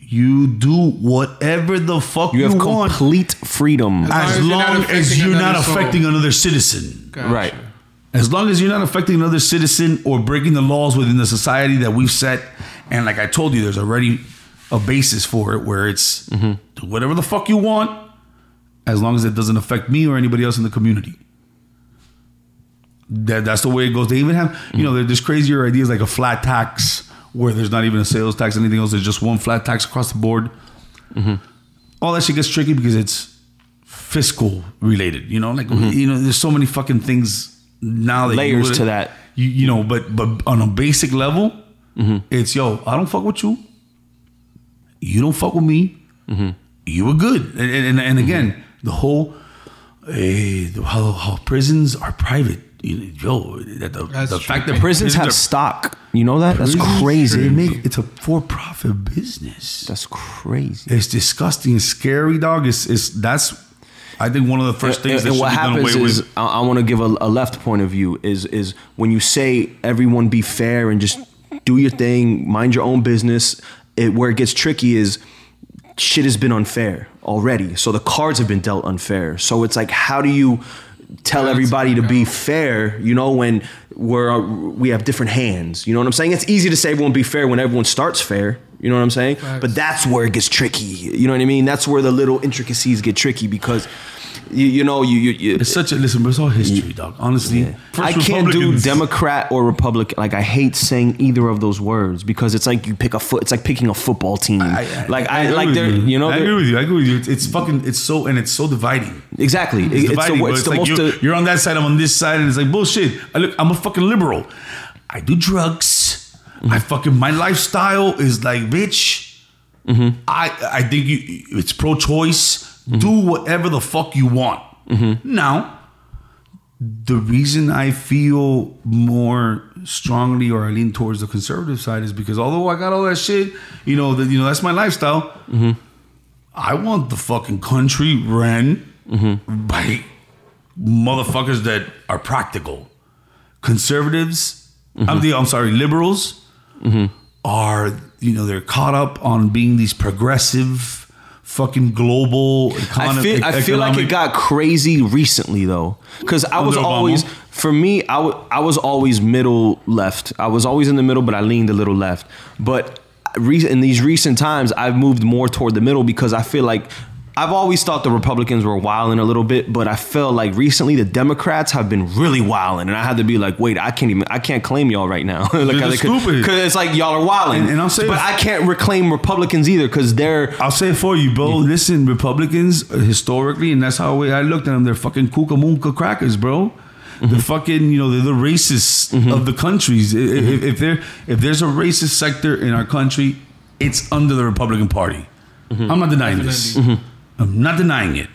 You do whatever the fuck you, you have want complete freedom. long as as you're long not as affecting you're not another soul. affecting another citizen. Gotcha. Right. As long as you're not affecting another citizen or breaking the laws within the society that we've set. And like I told you, there's already a basis for it where it's do whatever the fuck you want, as long as it doesn't affect me or anybody else in the community. That, that's the way it goes. They even have, you know, there- there's crazier ideas like a flat tax where there's not even a sales tax, anything else. There's just one flat tax across the board. Mm-hmm. All that shit gets tricky because it's fiscal related. You know, like you know, there's so many fucking things now that you Mm-hmm. Layers would- to that. You, you know, but but on a basic level, Mm-hmm. it's yo, I don't fuck with you. You don't fuck with me. Mm-hmm. You were good, and and, and, and again, the whole eh, the- how, how prisons are private. You- Yo, that the, That's the true. fact that Prisons have are- stock. You know that? That's prisons, they crazy. make- it's a for-profit business. That's crazy. It's disgusting, it's scary, dog. It's, it's that's I think one of the first things And, and that should what be done happens away is, with. I, I want to give a, a left point of view. Is is when you say everyone be fair and just do your thing, mind your own business. It, where it gets tricky is shit has been unfair already. So the cards have been dealt unfair. So it's like, how do you tell everybody to be fair? You know, when we're we have different hands. You know what I'm saying? It's easy to say everyone be fair when everyone starts fair. You know what I'm saying? But that's where it gets tricky. You know what I mean? That's where the little intricacies get tricky because. You, you know you you, you It's such a listen, but it's all history, dog. Honestly, I First can't do Republicans- Democrat or Republican. Like I hate saying either of those words because it's like you pick a foot. It's like picking a football team. like I, agree like with they're you. you know I they're- agree with you. I agree with you. It's, it's fucking. It's so and it's so dividing. exactly. It- It's It's, dividing. the, bro. it's It's the like most. you're, you're on that side. I'm on this side, and it's like bullshit. I look. I'm a fucking liberal. I do drugs. Mm-hmm. I fucking my lifestyle is like bitch. Mm-hmm. I I think you it's pro choice. Do whatever the fuck you want. Mm-hmm. Now, the reason I feel more strongly or I lean towards the conservative side is because although I got all that shit, you know that you know that's my lifestyle. I want the fucking country ran by motherfuckers that are practical. Conservatives, I'm, the, I'm sorry, liberals are, you know, they're caught up on being these progressive, fucking global I economy. feel, I feel like it got crazy recently though, because I was Obama. always for me I wa- I was always middle left. I was always in the middle, but I leaned a little left. But re- in these recent times, I've moved more toward the middle because I feel like. I've always thought the Republicans were wilding a little bit, but I felt like recently the Democrats have been really wilding, and I had to be like, "Wait, I can't even, I can't claim y'all right now." <laughs> like, They're I- just could- stupid. Cause it's like y'all are wilding, And- and I'll say but this- I can't reclaim Republicans either because they're I'll say it for you, bro. Listen, Republicans uh, historically, and that's how we- I looked at them. They're fucking kookamoonka crackers, bro. Mm-hmm. They're fucking, you know, they're the racists of the countries. I- i- If, Mm-hmm. if there if there's a racist sector in our country, it's under the Republican Party. Mm-hmm. I'm not denying this. I'm not denying it.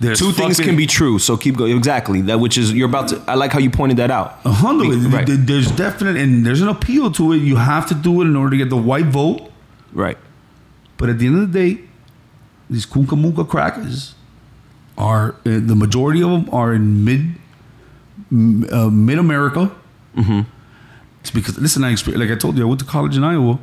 There's Two things fucking- can be true, so keep going. Exactly that, which is you're about to. I like how you pointed that out. A hundred. Be- right, There- There's definite and there's an appeal to it. You have to do it in order to get the white vote. right. But at the end of the day, these Kunka Munka crackers are uh, the majority of them are in mid m- uh, mid America. Mm-hmm. It's because listen, I exper- like I told you, I went to college in Iowa.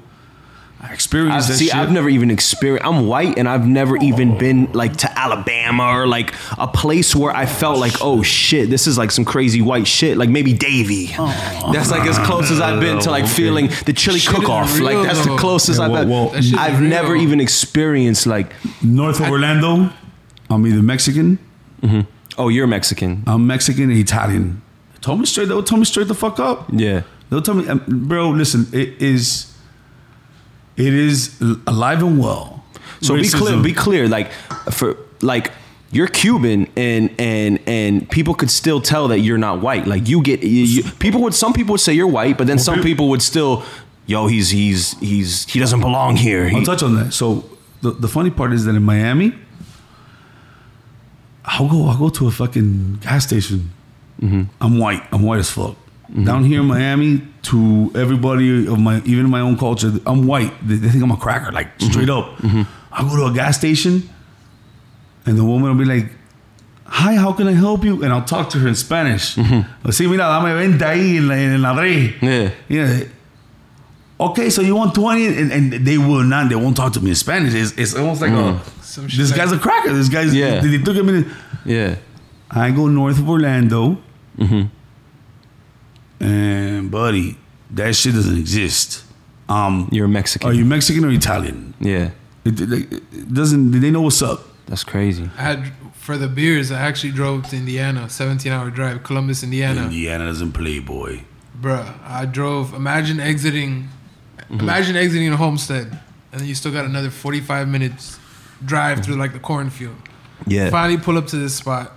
I I've, experienced that see, shit. I've never even experienced. I'm white, and I've never Oh. even been like to Alabama or like a place where I felt like, oh shit, this is like some crazy white shit. Like maybe Davy. Oh. that's like as close as I've been to like Okay. feeling the chili Shit is cook-off. real, Like that's the though. closest Yeah, I've. well, been. well, That shit is I've real. never even experienced like, North of Orlando. I'm either Mexican, oh, you're Mexican. I'm Mexican, and Italian. They told me straight. They'll tell me straight the fuck up. Yeah. They'll tell me, um, bro. Listen, it is, it is alive and well. So be clear. Racism. Be clear. Like for like you're Cuban, and and and people could still tell that you're not white. Like you get you, you- people would some people would say you're white, but then some people- people would still, yo, he's he's he's he doesn't belong here. He- I'll touch on that. So the, the funny part is that in Miami, I'll go I'll go to a fucking gas station. I'm white. I'm white as fuck. Down here in Miami, to everybody of my even my own culture, I'm white. They, they think I'm a cracker, like straight up. I'll go to a gas station, and the woman will be like, "Hi, how can I help you?" And I'll talk to her in Spanish. "Oh, Sí, mira, dame venta ahí en la, en la bre." Yeah. Yeah. Okay, so you want 20 and, and they will not, they won't talk to me in Spanish. It's, it's almost like Mm. a, Some shit this like- guy's a cracker. This guy's, Yeah. they, they took him in. yeah. I go north of Orlando. Mm-hmm. And buddy, that shit doesn't exist. Um, You're Mexican. are you Mexican or Italian? yeah. It, it, it doesn't, they know what's up. That's crazy. I had for the beers. I actually drove to Indiana, 17 hour drive, Columbus, Indiana. Indiana doesn't play, boy. Bruh, I drove. Imagine exiting, Mm-hmm. imagine exiting a homestead, and then you still got another 45 minutes drive through like the cornfield. Yeah. Finally, pull up to this spot.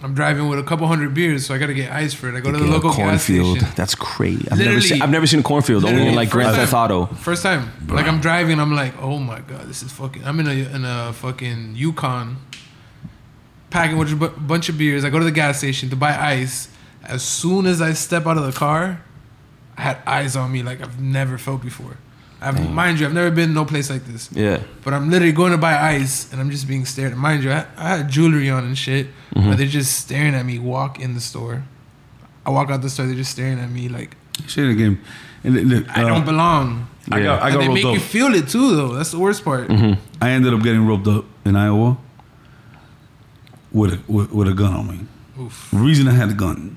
I'm driving with a couple hundred beers, so I gotta get ice for it. I go to the Yeah, local gas cornfield. station. That's crazy. I've never Literally. seen. I've never seen a cornfield. Only in Literally, like Grand first Theft time. Auto. First time, like I'm driving, I'm like, oh my god, this is fucking. I'm in a in a fucking Yukon, packing with a bu- bunch of beers. I go to the gas station to buy ice. As soon as I step out of the car, I had eyes on me like I've never felt before. I've, mind you, I've never been no place like this. Yeah. But I'm literally going to buy ice, and I'm just being stared at. Mind you, I, I had jewelry on and shit, Mm-hmm. but they're just staring at me. Walk in the store, I walk out the store, they're just staring at me like Shit again. And look, look, I uh, don't belong. I got, I And got they roped make up. you feel it too, though. That's the worst part. Mm-hmm. I ended up getting roped up in Iowa with a, with, with a gun on me. Oof. Reason I had the gun.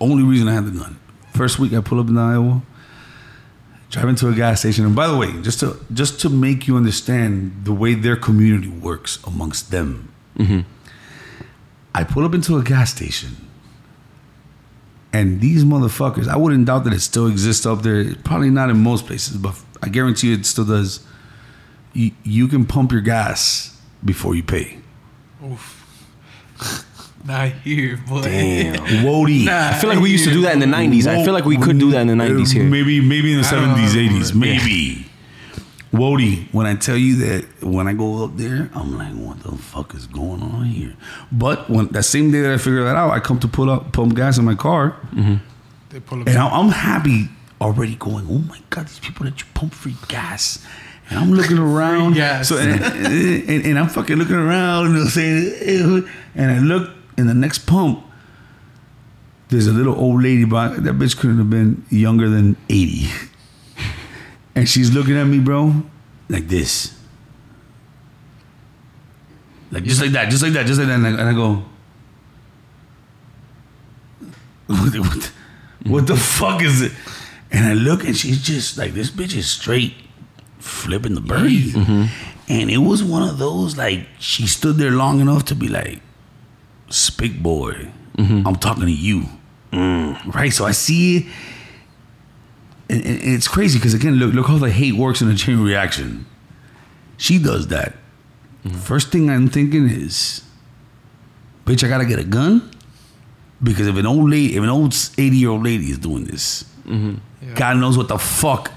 Only reason I had the gun. First week I pull up in Iowa, driving to a gas station. And by the way, just to just to make you understand the way their community works amongst them, I pull up into a gas station. And these motherfuckers, I wouldn't doubt that it still exists up there. Probably not in most places, but I guarantee you it still does. You, you can pump your gas before you pay. Oof. Not here, boy. Damn. <laughs> Wody. Nah, I feel like we used to do that in the '90s. I feel like we could do that in the '90s here. Uh, Maybe, maybe in the I don't seventies, know. eighties, maybe. Wody, when I tell you that when I go up there, I'm like, what the fuck is going on here? But when that same day that I figure that out, I come to put up pump gas in my car, <laughs> They pull up. and I'm, I'm happy already. Going, oh my god, these people that you pump free gas. And I'm <laughs> looking around, gas. so and, and, and I'm fucking looking around, and I'm saying, "Ew," and I look, in the next pump, there's a little old lady by that bitch couldn't have been younger than 80. <laughs> And she's looking at me, bro, like this. Like just like that, just like that, just like that. And I, and I go, what the, what the- what the fuck is it? And I look and she's just like, this bitch is straight flipping the bird. And it was one of those, like, she stood there long enough to be like, Spick boy, Mm-hmm. I'm talking to you. Right? So I see it. And, and- and it's crazy because, again, look, look how the hate works in a chain reaction. She does that. First thing I'm thinking is, bitch, I gotta get a gun because if an old lady, if an old 80 year old lady is doing this, God knows what the fuck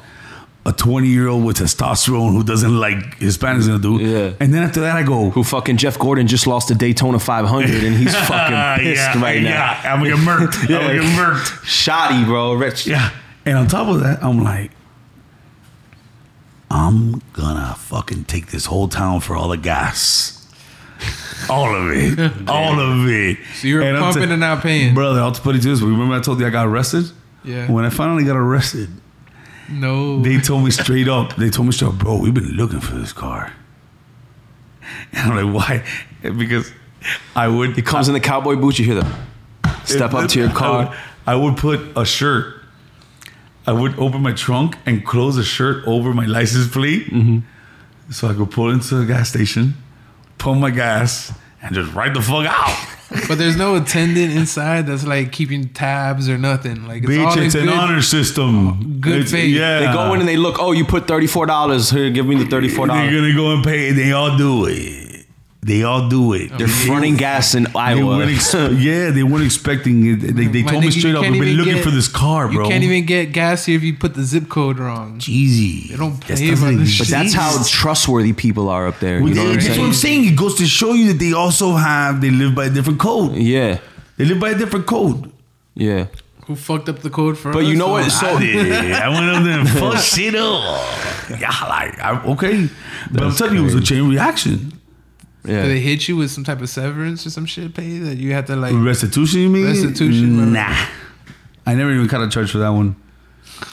a 20 year old with testosterone who doesn't like Hispanics gonna do. Yeah. And then after that, I go, Who fucking Jeff Gordon just lost the Daytona 500 and <laughs> he's fucking pissed yeah, right now. yeah, I'm gonna get murked. I'm gonna get murked. Shoddy, bro. Rich. Yeah. And on top of that, I'm like, I'm gonna fucking take this whole town for all the gas. All of <laughs> it. all of it. So you're I'm pumping ta- and not paying. Brother, I'll put it to you this way. Remember I told you I got arrested? Yeah. When I finally got arrested, No. they told me straight up, they told me straight up, bro, we've been looking for this car. <laughs> And I'm like, why? <laughs> Because I would He comes in the cowboy boots. You hear the step up to your car. I would, I would put a shirt. I would open my trunk and close a shirt over my license plate, Mm-hmm. so I could pull into a gas station, pump my gas, and just ride the fuck out. But there's no attendant inside that's like keeping tabs or nothing. Like it's all Bitch, in it's an good- honor system. good It's- faith. Yeah, They go in and they look. Oh, you put thirty four dollars here. Give me the thirty four They're dollars. gonna go and pay. They all do it. They all do it. They're fronting gas in They Iowa. weren't ex- <laughs> yeah, they weren't expecting it. They, they My told me nigga, you straight up, can't we've been even looking get- for this car, bro. You can't even get gas here if you put the zip code wrong. Jeezy. They don't play about this but shit. that's how trustworthy people are up there. You know what I'm that's what saying? I'm saying. It goes to show you that they also have they live by a different code. Yeah, They live by a different code. yeah. Who fucked up the code for But us? you know what? I So did. I went up <laughs> there and fucked shit up. Yeah, like I, okay, but I'm telling you, it was a chain reaction. Did yeah, they hit you with some type of severance or some shit pay that you had to like? Restitution, you mean? Restitution, Nah, I never even caught a charge for that one.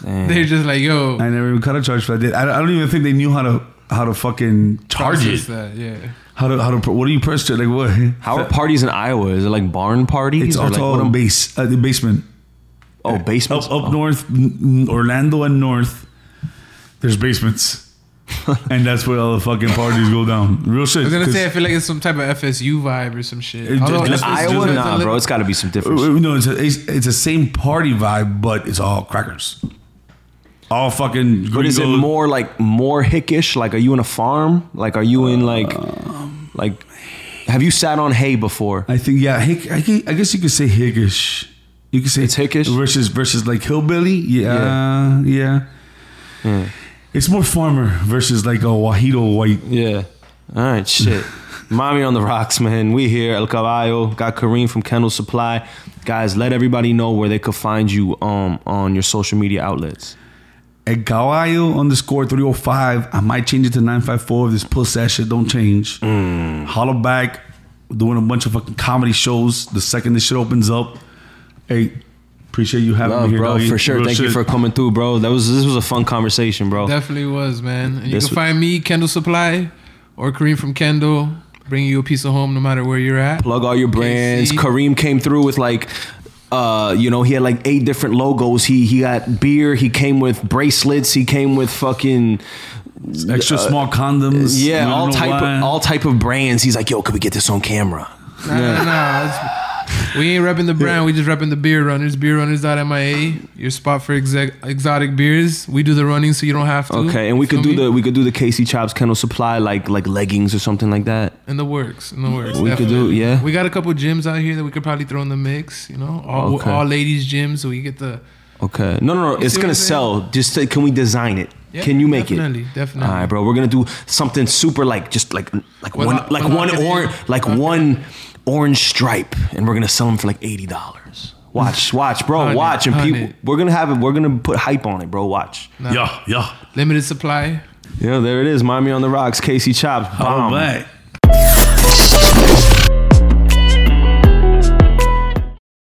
They're just like, yo, I never even caught a charge for that. I, I don't even think they knew how to how to fucking charge process it. that, yeah. How to how to pr- what do you press to like what? how are parties in Iowa? Is it like barn parties? It's or all like, what on am- base, uh, the basement. oh, up basements. up north, n- n- Orlando and north, there's <laughs> basements, and that's where all the fucking parties go down. Real shit. I was gonna 'cause- say I feel like it's some type of FSU vibe or some It- shit. Although it- FSU Iowa, doesn't nah, look- bro. It's got to be some Uh, difference. uh, no, it's a, it's, it's the same party vibe, but it's all crackers, all fucking. But is it gringos. more like more hickish? Like, are you in a farm? Like, are you in like, like, have you sat on hay before? I think yeah. Hick, I, gu- I guess you could say hickish. You could say It's hickish? versus versus like hillbilly. Yeah, yeah. Hmm. It's more farmer versus like a Wajito white. Yeah. All right, shit. Mommy on the rocks, man. We here, El Caballo. Got Kareem from Kendall Supply. Guys, let everybody know where they could find you um, on your social media outlets. at Caballo underscore 305. I might change it to 954 if this puss ass shit don't change. Mm. Holla back. Doing a bunch of fucking comedy shows the second this shit opens up. Hey, appreciate you having Love, me here, bro, doggy. for sure. Real Thank you shit. for coming through, bro. That was this was a fun conversation, bro. Definitely was, man. And you This was- can find me, Kendall Supply, or Kareem from Kendall, bringing you a piece of home no matter where you're at. Plug all your brands. KC. Kareem came through with like uh, you know, he had like eight different logos. He he got beer, he came with bracelets, he came with fucking extra small condoms. We uh, yeah, don't all know type why. of, all type of brands. He's like, "Yo, could we get this on camera?" Nah, nah, nah. It's- we ain't repping the brand. We just repping the beer runners. Beer runners MIA. Your spot for exec, exotic beers. We do the running, so you don't have to. Okay, and we Feel could do me? the we could do the Casey Chops Kennel Supply like like leggings or something like that. in the works. In the works. We could definitely. do yeah. We got a couple gyms out here that we could probably throw in the mix. You know, all Okay. all ladies gyms. So we get the Okay, no no no, it's see what gonna I'm saying? sell. Just say, can we design it? Yeah, can you make definitely, it? definitely. All right, bro. We're gonna do something super like just like like Well, one not- like well, not one gonna or be- like one orange stripe, and we're gonna sell them for like eighty dollars. <laughs> Watch, watch, bro, Hundred, watch, and people. hundred. We're gonna have it. We're gonna put hype on it, bro. Watch. Yeah, yeah. limited supply. Um, Yeah, there it is. Mommy on the rocks, Casey Chops. All Bomb. right.